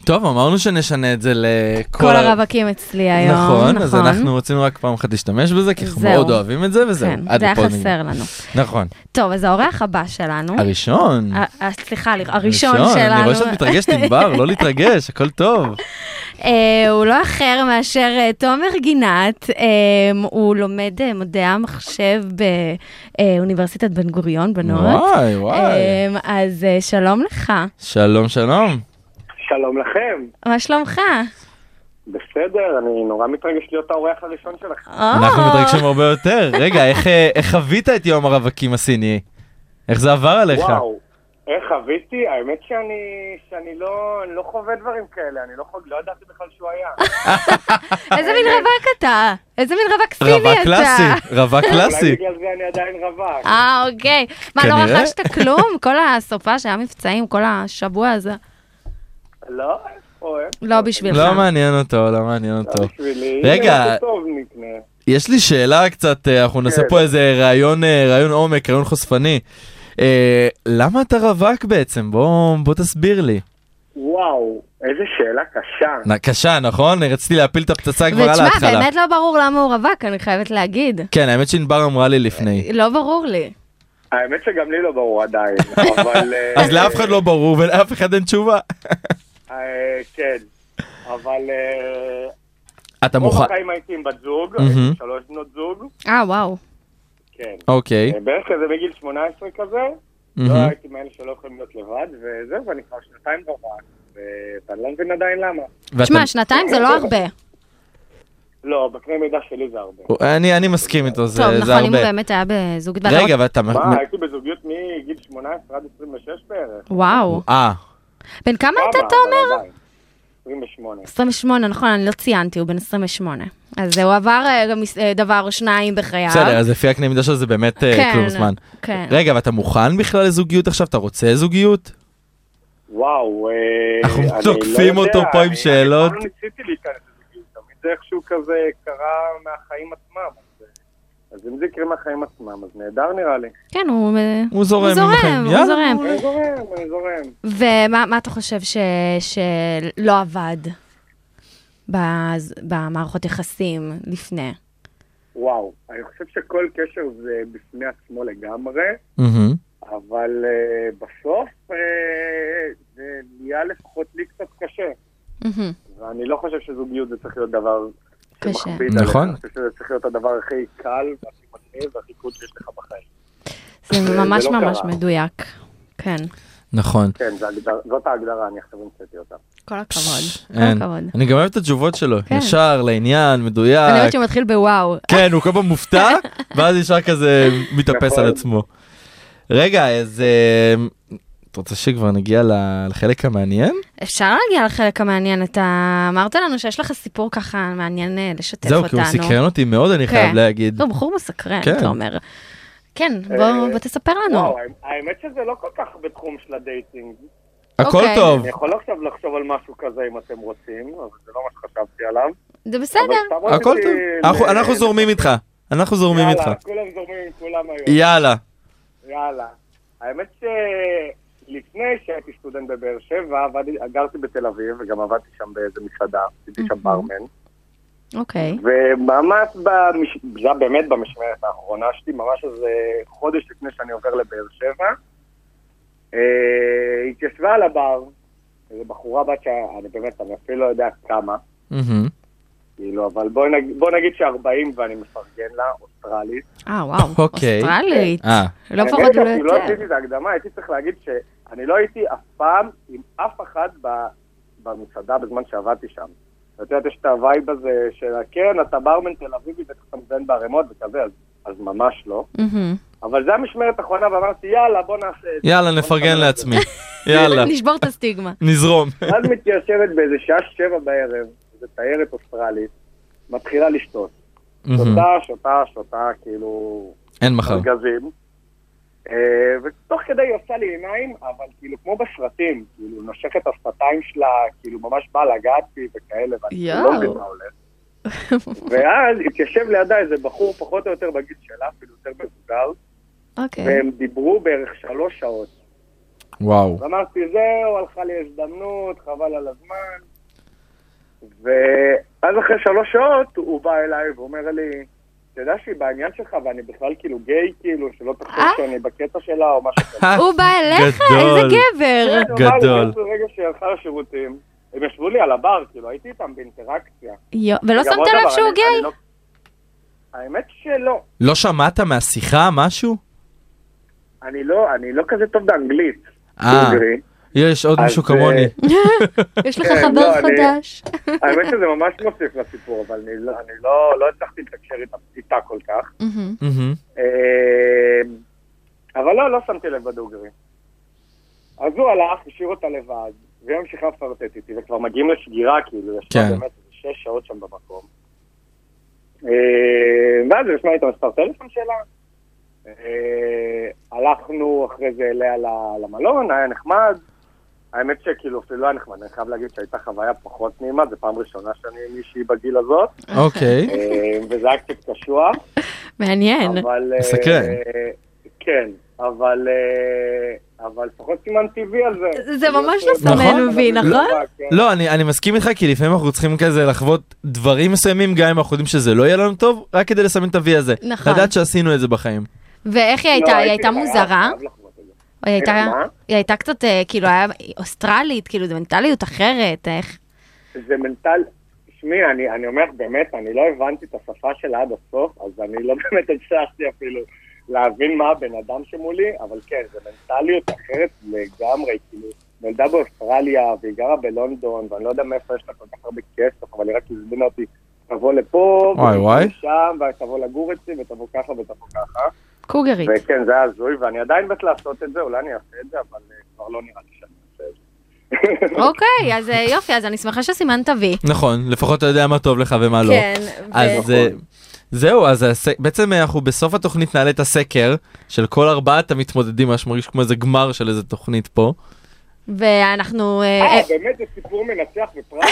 [SPEAKER 4] טוב, אמרנו שנשנה את זה לכל...
[SPEAKER 5] כל הרווקים אצלי היום, נכון.
[SPEAKER 4] נכון, אז אנחנו רצינו רק פעם אחת להשתמש בזה, כי אנחנו
[SPEAKER 5] זהו.
[SPEAKER 4] מאוד אוהבים את זה, וזהו.
[SPEAKER 5] כן,
[SPEAKER 4] עד
[SPEAKER 5] זה היה
[SPEAKER 4] לפה נגמר.
[SPEAKER 5] חסר לנו.
[SPEAKER 4] נכון.
[SPEAKER 5] טוב, אז האורח הבא שלנו,
[SPEAKER 4] הראשון.
[SPEAKER 5] אה? ה- ה- סליחה, הר- הראשון שלנו,
[SPEAKER 4] אני רואה שאת
[SPEAKER 5] [laughs]
[SPEAKER 4] מתרגשת, ענבר, לא להתרגש, הכל טוב.
[SPEAKER 5] אה, הוא לא אחר מאשר אה, תומר גינת, אה, הוא לומד אה, מדעי המחשב באוניברסיטת בן גוריון, בנות.
[SPEAKER 4] וואי, וואי.
[SPEAKER 5] אה, אז אה, שלום לך,
[SPEAKER 4] שלום, שלום.
[SPEAKER 8] שלום לכם.
[SPEAKER 5] מה שלומך?
[SPEAKER 8] בסדר, אני נורא מתרגש להיות האורח הראשון שלכם.
[SPEAKER 4] אנחנו
[SPEAKER 5] או,
[SPEAKER 4] מתרגשים הרבה יותר. רגע, איך, אה, איך חווית את יום הרווקים הסיני? איך זה עבר עליך?
[SPEAKER 8] וואו, איך חוויתי? האמת שאני, שאני לא, אני לא חווה דברים כאלה, אני לא, חו- לא ידעתי בכלל שהוא היה.
[SPEAKER 4] [laughs]
[SPEAKER 5] איזה מין רווק אתה? איזה מין רווק סיני אתה?
[SPEAKER 4] רבה קלאסי,
[SPEAKER 8] [laughs]
[SPEAKER 4] רבה
[SPEAKER 8] אולי
[SPEAKER 4] קלאסי.
[SPEAKER 8] בגלל זה אני עדיין רווק.
[SPEAKER 5] אה, אוקיי. מה, לא
[SPEAKER 4] כנראה.
[SPEAKER 5] רכשת כלום? כל הסופה שהיה מבצעים, כל השבוע הזה.
[SPEAKER 8] לא, איפה, איפה?
[SPEAKER 5] לא בשבילך.
[SPEAKER 4] לא מעניין אותו, לא מעניין אותו.
[SPEAKER 8] לא בשבילי.
[SPEAKER 4] רגע.
[SPEAKER 8] אה, זה טוב, נקנה.
[SPEAKER 4] יש לי שאלה קצת, אה, אנחנו נעשה
[SPEAKER 8] כן.
[SPEAKER 4] פה איזה ראיון אה, ראיון עומק, ראיון חושפני. אה, למה אתה רווק בעצם? בוא בוא תסביר לי.
[SPEAKER 8] וואו, איזה שאלה קשה.
[SPEAKER 4] נ- קשה, נכון? רציתי להפיל את הפצצה כבר על
[SPEAKER 5] ותשמע,
[SPEAKER 4] ההתחלה.
[SPEAKER 5] באמת לא ברור למה הוא רווק, אני חייבת להגיד.
[SPEAKER 4] כן, האמת שענבר אמרה לי לפני.
[SPEAKER 5] לא ברור לי.
[SPEAKER 8] האמת שגם לי לא
[SPEAKER 4] [laughs]
[SPEAKER 8] ברור עדיין, אבל... אה,
[SPEAKER 4] אז לאף אחד לא ברור ולאף אחד אין תשובה.
[SPEAKER 8] אה, כן, אבל... אה,
[SPEAKER 4] אתה
[SPEAKER 8] רוב
[SPEAKER 4] מוכן.
[SPEAKER 8] החיים הייתי עם בת זוג,
[SPEAKER 4] מהמם.
[SPEAKER 8] שלוש בנות זוג,
[SPEAKER 5] אה, וואו.
[SPEAKER 8] כן.
[SPEAKER 4] אוקיי.
[SPEAKER 8] בערך כזה בגיל 18 כזה, לא
[SPEAKER 4] מהמם.
[SPEAKER 8] הייתי מאלה שלא יכולים להיות לבד, וזהו, ואני כבר שנתיים רווק, ואני לא מבין עדיין למה.
[SPEAKER 4] ואתה-
[SPEAKER 5] תשמע, שנתיים זה לא הרבה.
[SPEAKER 8] לא, בקנה מידה שלי זה הרבה.
[SPEAKER 4] אני אני מסכים איתו, זה
[SPEAKER 5] טוב,
[SPEAKER 4] זה
[SPEAKER 5] נכון, אם הוא
[SPEAKER 4] הרבה.
[SPEAKER 5] באמת נכון. היה בזוג...
[SPEAKER 4] רגע, ואתה... מ-
[SPEAKER 8] מה,
[SPEAKER 4] מ-
[SPEAKER 8] הייתי בזוגיות מגיל 18 עד 26 בערך.
[SPEAKER 5] וואו.
[SPEAKER 4] אה,
[SPEAKER 5] בן כמה
[SPEAKER 8] למה?
[SPEAKER 5] אתה,
[SPEAKER 8] אבל לא-
[SPEAKER 5] אתה אומר?
[SPEAKER 8] עדיין. 28.
[SPEAKER 5] 28, נכון, אני לא ציינתי, הוא בן 28. אז הוא עבר אה, גם מס- אה, דבר או שניים בחייו.
[SPEAKER 4] בסדר, אז לפי הקנה מידה שלו זה באמת אה,
[SPEAKER 5] כן,
[SPEAKER 4] כלום זמן.
[SPEAKER 5] כן.
[SPEAKER 4] רגע, ואתה מוכן בכלל לזוגיות עכשיו? אתה רוצה זוגיות?
[SPEAKER 8] וואו, אה,
[SPEAKER 4] אנחנו
[SPEAKER 8] אני לא
[SPEAKER 4] תוקפים
[SPEAKER 8] יודע,
[SPEAKER 4] אותו פה עם
[SPEAKER 8] אני-
[SPEAKER 4] שאלות.
[SPEAKER 8] אני אף פעם לא ניסיתי להיכנס לזוגיות, תמיד זה איכשהו כזה קרה מהחיים עצמם. אז, אה, אז אם זה יקרה מהחיים עצמם, אז נהדר נראה לי.
[SPEAKER 5] כן, הוא... אה,
[SPEAKER 4] הוא זורם עם
[SPEAKER 5] הוא זורם,
[SPEAKER 4] החיים.
[SPEAKER 5] הוא
[SPEAKER 4] יאללה,
[SPEAKER 5] זורם.
[SPEAKER 8] אני זורם, אני זורם.
[SPEAKER 5] ומה מה אתה חושב ש, שלא עבד בז, במערכות יחסים לפני?
[SPEAKER 8] וואו, אני חושב שכל קשר זה בפני עצמו לגמרי,
[SPEAKER 4] מהמם.
[SPEAKER 8] אבל אה, בסוף אה, זה נהיה לפחות לי קצת קשה.
[SPEAKER 5] מהמם.
[SPEAKER 8] ואני לא חושב שזוגיות זה צריך להיות דבר
[SPEAKER 5] קשה.
[SPEAKER 8] שמכביד עליך.
[SPEAKER 4] נכון.
[SPEAKER 8] אני חושב שזה צריך להיות הדבר הכי קל והכי מגניב והכי קוד שיש לך בחיים.
[SPEAKER 5] זה
[SPEAKER 8] זה
[SPEAKER 5] ממש
[SPEAKER 8] לא
[SPEAKER 5] ממש
[SPEAKER 8] קרה.
[SPEAKER 5] מדויק. כן,
[SPEAKER 4] נכון.
[SPEAKER 8] כן, זה הגדר- זאת ההגדרה, אני עכשיו המצאתי אותה.
[SPEAKER 5] כל הכבוד. כל
[SPEAKER 4] אין.
[SPEAKER 5] הכבוד.
[SPEAKER 4] אני גם אוהב את התשובות שלו.
[SPEAKER 5] כן.
[SPEAKER 4] ישר, לעניין,
[SPEAKER 5] אני חושבת
[SPEAKER 4] מדויק.
[SPEAKER 5] שהוא מתחיל בוואו.
[SPEAKER 4] כן, הוא כל פעם מופתע, ואז ישר כזה מתאפס
[SPEAKER 8] נכון.
[SPEAKER 4] על עצמו. רגע, אז... אה, אתה רוצה שכבר נגיע ל- לחלק המעניין?
[SPEAKER 5] אפשר להגיע לחלק המעניין, אתה אמרת לנו שיש לך סיפור ככה מעניין אה, לשתף
[SPEAKER 4] זהו, כי
[SPEAKER 5] אותנו.
[SPEAKER 4] הוא סקרן אותי מאוד, אני חייב להגיד.
[SPEAKER 5] לא, בחור מסקרן,
[SPEAKER 4] כן.
[SPEAKER 5] אתה אומר. כן, בוא, בוא תספר לנו.
[SPEAKER 8] וואו, האמת שזה לא כל כך בתחום של הדייטינג.
[SPEAKER 4] הכל
[SPEAKER 5] אוקיי.
[SPEAKER 4] טוב.
[SPEAKER 8] אני יכול עכשיו לחשוב על משהו כזה אם אתם רוצים, אבל זה לא מה שחשבתי עליו.
[SPEAKER 5] זה בסדר.
[SPEAKER 8] אבל סתם
[SPEAKER 4] הכל
[SPEAKER 8] רציתי
[SPEAKER 4] טוב.
[SPEAKER 8] ל-
[SPEAKER 4] אנחנו- אנחנו זורמים איתך. אנחנו זורמים איתך.
[SPEAKER 8] יאללה, כולם זורמים עם כולם היום.
[SPEAKER 4] יאללה.
[SPEAKER 8] יאללה. האמת שלפני שהייתי סטודנט בבאר שבע, עבדתי- גרתי בתל אביב, וגם עבדתי שם באיזה מסעדה, הייתי שם ברמן.
[SPEAKER 5] אוקיי.
[SPEAKER 8] וממש, במש... זה היה באמת במשמרת האחרונה שלי, ממש איזה חודש לפני שאני עובר לבאר שבע, אה, התיישבה על הבר, איזו בחורה בת שאני באמת, אני אפילו לא יודע כמה,
[SPEAKER 4] מהמם.
[SPEAKER 8] כאילו, אבל בוא, נג... בוא נגיד ש-40 ואני מפרגן לה, אוסטרלית.
[SPEAKER 5] אה, וואו.
[SPEAKER 4] אוקיי.
[SPEAKER 5] אוסטרלית.
[SPEAKER 4] אה,
[SPEAKER 5] לא פחות
[SPEAKER 8] האמת
[SPEAKER 5] ולא
[SPEAKER 8] שאני לא
[SPEAKER 5] יותר.
[SPEAKER 8] עשיתי את ההקדמה, הייתי צריך להגיד שאני לא הייתי אף פעם עם אף אחד ב... במסעדה בזמן שעבדתי שם. את יודעת, יש את הווייב הזה של כן, אתה ברמן תל אביבי, בטח אתה מזיין בערימות וכזה, אז, אז ממש לא.
[SPEAKER 5] מהמם.
[SPEAKER 8] אבל זה המשמרת האחרונה, ואמרתי, יאללה, בוא נעשה את זה.
[SPEAKER 4] יאללה,
[SPEAKER 8] בוא
[SPEAKER 4] נפרגן
[SPEAKER 8] נעשה את זה.
[SPEAKER 5] [laughs]
[SPEAKER 4] לעצמי. יאללה,
[SPEAKER 5] נשבור את הסטיגמה.
[SPEAKER 4] נזרום.
[SPEAKER 8] ואז מתיישבת באיזה שעה שבע בערב, איזו תיירת אוסטרלית, מתחילה לשתות.
[SPEAKER 4] מהמם.
[SPEAKER 8] שותה, שותה, שותה, כאילו,
[SPEAKER 4] אין מחר.
[SPEAKER 8] ארגזים. אה, ותוך כדי היא עושה לי עיניים, אבל כאילו כמו בסרטים, כאילו נושכת השפתיים שלה, כאילו ממש באה לגעת בי וכאלה, ואני
[SPEAKER 5] יואו.
[SPEAKER 8] לא מבין מה הולך. ואז התיישב לידה איזה בחור פחות או יותר בגיל שלה, אפילו יותר מבוגר,
[SPEAKER 5] אוקיי.
[SPEAKER 8] והם דיברו בערך שלוש שעות.
[SPEAKER 4] וואו.
[SPEAKER 8] ואמרתי, זהו, הלכה לי הזדמנות, חבל על הזמן. ואז אחרי שלוש שעות הוא בא אליי ואומר לי, אתה יודע שהיא בעניין שלך ואני בכלל כאילו גיי, כאילו, שלא תחשוב
[SPEAKER 5] אה?
[SPEAKER 8] שאני בקטע שלה או משהו
[SPEAKER 5] [laughs]
[SPEAKER 8] כזה.
[SPEAKER 5] הוא בא אליך?
[SPEAKER 4] גדול.
[SPEAKER 5] איזה גבר.
[SPEAKER 4] גדול.
[SPEAKER 8] ברגע "כן, שהיא הלכה לשירותים, הם ישבו לי על הבר, כאילו, הייתי איתם באינטראקציה.
[SPEAKER 5] יו, ולא
[SPEAKER 8] גם עוד
[SPEAKER 5] שמת לב
[SPEAKER 8] דבר,
[SPEAKER 5] שהוא
[SPEAKER 8] אני- אני
[SPEAKER 5] גיי?
[SPEAKER 8] לא- האמת שלא.
[SPEAKER 4] לא שמעת מהשיחה משהו?
[SPEAKER 8] אני לא, אני לא כזה טוב באנגלית.
[SPEAKER 4] אה,
[SPEAKER 8] דוגרי.
[SPEAKER 4] יש עוד
[SPEAKER 8] אוקיי. אז,
[SPEAKER 4] מישהו
[SPEAKER 8] אה,
[SPEAKER 4] כמוני.
[SPEAKER 5] יש לך
[SPEAKER 8] כן,
[SPEAKER 5] חבר
[SPEAKER 8] לא, אני-
[SPEAKER 5] חדש.
[SPEAKER 8] האמת שזה ממש מוסיף לסיפור, אבל אני לא- אני לא לא הצלחתי לתקשר איתה- איתה כל כך.
[SPEAKER 5] מהמם.
[SPEAKER 4] מהמם.
[SPEAKER 8] אה, אבל לא, לא שמתי לב בדוגרי. אז הוא הלך, השאיר אותה לבד, והיא ממשיכה לפרטט איתי, וכבר מגיעים לשגירה, כאילו, ישבה
[SPEAKER 4] כן.
[SPEAKER 8] באמת איזה שש שעות שם במקום. אה, ואז הוא ישמע את המספר טלפון שלה. אה, הלכנו אחרי זה אליה ל- למלון, היה נחמד. האמת שכאילו אפילו לא היה נחמד, אני חייב להגיד שהייתה חוויה פחות נעימה, זו פעם ראשונה שאני עם מישהי בגיל הזאת,
[SPEAKER 4] אוקיי.
[SPEAKER 8] אה, וזה היה קצת קשוח.
[SPEAKER 5] מעניין.
[SPEAKER 8] אבל... אה,
[SPEAKER 4] מסקרן.
[SPEAKER 8] כן, אבל... אה, אבל לפחות סימן טבעי על זה.
[SPEAKER 5] זה ממש לא סמן
[SPEAKER 4] נכון.
[SPEAKER 5] וי, נכון?
[SPEAKER 8] כן.
[SPEAKER 4] לא, אני, אני מסכים איתך, כי לפעמים אנחנו צריכים כזה לחוות דברים מסוימים, גם אם אנחנו יודעים שזה לא יהיה לנו טוב, רק כדי לסמן את ה-V הזה.
[SPEAKER 5] נכון.
[SPEAKER 4] לדעת שעשינו את זה בחיים.
[SPEAKER 5] ואיך היא
[SPEAKER 8] לא,
[SPEAKER 5] הייתה? היא הייתה
[SPEAKER 8] חייב
[SPEAKER 5] מוזרה?
[SPEAKER 8] לחוות את זה.
[SPEAKER 5] או היא הייתה-
[SPEAKER 8] מה?
[SPEAKER 5] היא הייתה קצת, אה, כאילו, היה- היא אוסטרלית, כאילו, זו מנטליות אחרת, איך...
[SPEAKER 8] זה מנטל... שמי, אני, אני אומר לך, באמת, אני לא הבנתי את השפה שלה עד הסוף, אז אני לא [laughs] באמת הצלחתי אפילו להבין מה הבן אדם שמולי, אבל כן, זו מנטליות אחרת לגמרי, כאילו, נולדה באוסטרליה, והיא גרה בלונדון, ואני לא יודע מאיפה יש לה כל כך הרבה כסף, אבל היא רק הזמינה אותי, תבוא לפה,
[SPEAKER 4] וואי, וואי.
[SPEAKER 8] שם, ותבוא לגור אצלי, ותבוא ככה ותבוא ככה.
[SPEAKER 5] קוגרית.
[SPEAKER 8] וכן, זה היה הזוי, ואני עדיין מת לעשות את זה, אולי אני אעשה את זה, אבל אה, כבר לא נראה לי שאני אעשה את זה.
[SPEAKER 5] אוקיי, אז אה, יופי, אז אני שמחה שסימנת וי.
[SPEAKER 4] נכון, לפחות אתה יודע מה טוב לך ומה לא.
[SPEAKER 5] כן.
[SPEAKER 4] אז
[SPEAKER 8] נכון.
[SPEAKER 4] אה, זהו, אז הס- בעצם אה, אנחנו בסוף התוכנית נעלה את הסקר של כל ארבעת המתמודדים, ממש מרגיש כמו איזה גמר של איזה תוכנית פה.
[SPEAKER 5] ואנחנו... אה,
[SPEAKER 8] אה,
[SPEAKER 5] אה,
[SPEAKER 8] באמת זה סיפור מנצח בפרס?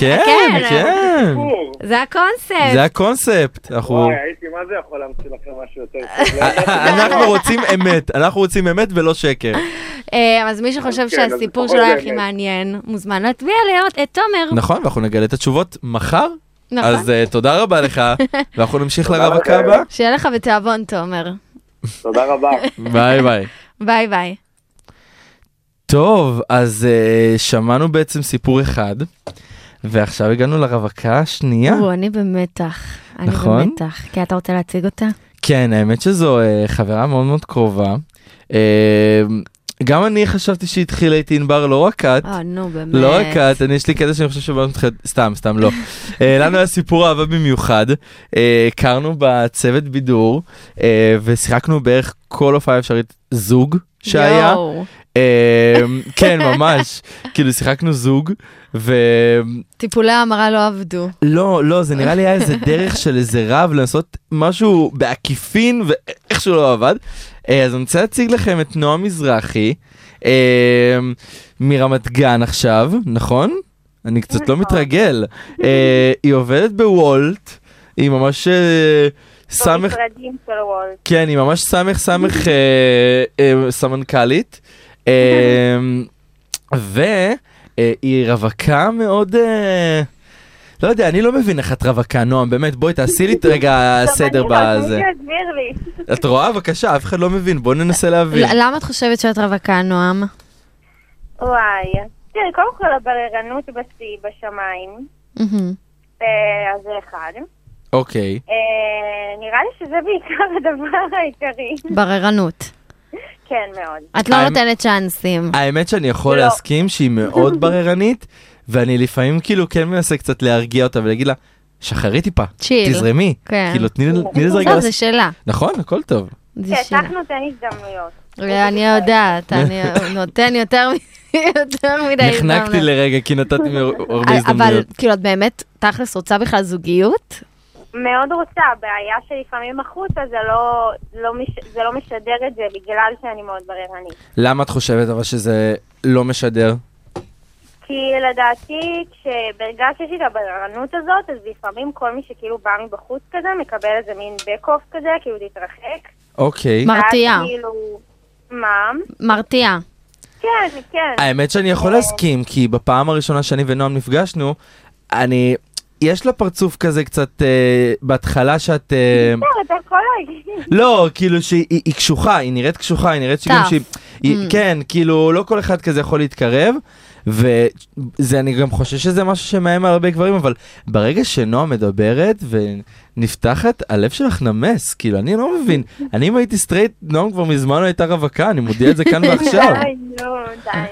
[SPEAKER 4] כן,
[SPEAKER 5] אה,
[SPEAKER 4] כן.
[SPEAKER 8] סיפור.
[SPEAKER 5] זה
[SPEAKER 4] זה
[SPEAKER 5] הקונספט.
[SPEAKER 4] הקונספט. אנחנו...
[SPEAKER 8] וואי, הייתי מה זה יכול להמציא לכם משהו יותר טוב. לא ידעתי.
[SPEAKER 4] אנחנו רוצים אמת, אנחנו רוצים אמת ולא שקר.
[SPEAKER 5] אה, אז מי שחושב
[SPEAKER 8] כן, אז
[SPEAKER 5] שהסיפור
[SPEAKER 8] לפחות
[SPEAKER 5] שלו היה
[SPEAKER 8] באמת.
[SPEAKER 5] הכי מעניין, מוזמן להצביע לראות את תומר.
[SPEAKER 4] נכון, ואנחנו נגלה את התשובות מחר.
[SPEAKER 5] נכון.
[SPEAKER 4] אז אה, תודה רבה לך, ואנחנו נמשיך
[SPEAKER 8] תודה
[SPEAKER 4] לרווקה
[SPEAKER 8] לכם.
[SPEAKER 4] הבאה.
[SPEAKER 5] שיהיה לך בתיאבון, תומר.
[SPEAKER 8] תודה רבה.
[SPEAKER 4] אה? ביי ביי.
[SPEAKER 5] ביי ביי.
[SPEAKER 4] טוב, אז אה, שמענו בעצם סיפור אחד, ועכשיו הגענו לרווקה השנייה.
[SPEAKER 5] וואו, אני במתח. אני
[SPEAKER 4] כן. נכון?
[SPEAKER 5] במתח. כי אתה רוצה להציג אותה?
[SPEAKER 4] כן, האמת שזו אה, חברה מאוד מאוד קרובה. אה, גם אני חשבתי שהתחילה איתי ענבר, לא רק את.
[SPEAKER 5] אה, נו, באמת.
[SPEAKER 4] לא רק את, אני יש לי קטע שאני חושב שבאנו מתחיל... סתם, סתם לא. אה, לנו היה סיפור אהבה במיוחד, אה, הכרנו בצוות בידור, אה, ושיחקנו בערך כל הופעה אפשרית זוג שהיה.
[SPEAKER 5] יואו,
[SPEAKER 4] אה, כן, ממש. כאילו שיחקנו זוג, ולא,
[SPEAKER 5] טיפולי ההמרה לא עבדו.
[SPEAKER 4] לא, זה נראה לי היה איזה דרך של איזה רב לעשות משהו בעקיפין, ואיכשהו לא עבד. אה, אז אני רוצה להציג לכם את נועה מזרחי, אה, מרמת גן עכשיו, נכון? אני קצת לא מתרגל. אה, היא עובדת בוולט, היא ממש אה, סמך...
[SPEAKER 9] במשרדים של וולט.
[SPEAKER 4] כן, היא ממש סמך סמך אה, אה, סמנכ"לית. אה, והיא רווקה מאוד... אה, לא יודע, אני לא מבין איך את רווקה, נועם, באמת, בואי תעשי לי את
[SPEAKER 5] [laughs]
[SPEAKER 4] רגע
[SPEAKER 5] לא,
[SPEAKER 4] סדר בזה.
[SPEAKER 9] תסביר לי.
[SPEAKER 4] את רואה? בבקשה, אף אחד לא מבין, בואו ננסה להבין.
[SPEAKER 5] ל- למה את חושבת שאת רווקה, נועם?
[SPEAKER 9] וואי. תראי, קודם כל הבררנות בשיא, בשמיים.
[SPEAKER 5] מהמם.
[SPEAKER 9] אה, אז זה אחד.
[SPEAKER 4] אוקיי.
[SPEAKER 9] אה, נראה לי שזה בעיקר [laughs] הדבר העיקרי.
[SPEAKER 5] בררנות.
[SPEAKER 9] כן, מאוד.
[SPEAKER 5] את לא
[SPEAKER 4] האמת-
[SPEAKER 5] נותנת צ'אנסים.
[SPEAKER 4] האמת שאני יכול
[SPEAKER 9] לא.
[SPEAKER 4] להסכים שהיא מאוד בררנית, ואני לפעמים כאילו כן מנסה קצת להרגיע אותה ולהגיד לה, שחררי טיפה,
[SPEAKER 5] צ'יל.
[SPEAKER 4] תזרמי,
[SPEAKER 5] כן.
[SPEAKER 4] כאילו תני לי- תני לזה רגע.
[SPEAKER 5] לא,
[SPEAKER 4] לס-
[SPEAKER 5] זה שלה.
[SPEAKER 4] נכון, הכל טוב.
[SPEAKER 5] זה
[SPEAKER 9] כן,
[SPEAKER 5] שלה.
[SPEAKER 9] כך נותן הזדמנויות.
[SPEAKER 5] אני
[SPEAKER 4] [laughs]
[SPEAKER 5] יודעת, אני נותן יותר מ- [laughs] יותר מדי
[SPEAKER 4] נחנקתי לרגע כי נתתי מ- הרבה
[SPEAKER 5] אבל
[SPEAKER 4] הזדמנויות.
[SPEAKER 5] כאילו, את באמת, תכלס, רוצה בכלל זוגיות?
[SPEAKER 9] מאוד רוצה, הבעיה שלפעמים החוצה זה לא, לא מש, זה לא משדר את זה בגלל שאני מאוד בררנית.
[SPEAKER 4] למה את חושבת אבל שזה לא משדר?
[SPEAKER 9] כי
[SPEAKER 10] כי לדעתי, כשברגע שיש לי את הבררנות הזאת, אז לפעמים כל מי שכאילו בא מבחוץ כזה, מקבל איזה מין back-off כזה, כאילו להתרחק.
[SPEAKER 4] אוקיי.
[SPEAKER 5] מה? מרתיע.
[SPEAKER 9] אה,
[SPEAKER 10] ואז כאילו... מה?
[SPEAKER 5] מרתיע.
[SPEAKER 10] כן, כן.
[SPEAKER 4] האמת שאני יכול להסכים, כי בפעם הראשונה שאני ונועם נפגשנו, אני... יש לה פרצוף כזה קצת אה, בהתחלה שאת... אה,
[SPEAKER 10] בסדר, אתה יכול להגיד.
[SPEAKER 4] לא, כאילו שהיא היא- היא קשוחה, היא נראית קשוחה, היא נראית שגם
[SPEAKER 5] טף.
[SPEAKER 4] שהיא... היא- כן, כאילו, לא כל אחד כזה יכול להתקרב, וזה, אני גם חושב שזה משהו שמאיים על הרבה גברים, אבל ברגע שנועה מדברת ונפתחת, הלב שלך נמס, כאילו, אני לא מבין. אני, אם הייתי סטרייט, נועם כבר מזמן לא הייתה רווקה, אני מודיע את זה כאן ועכשיו.
[SPEAKER 10] די, נו, די, נו.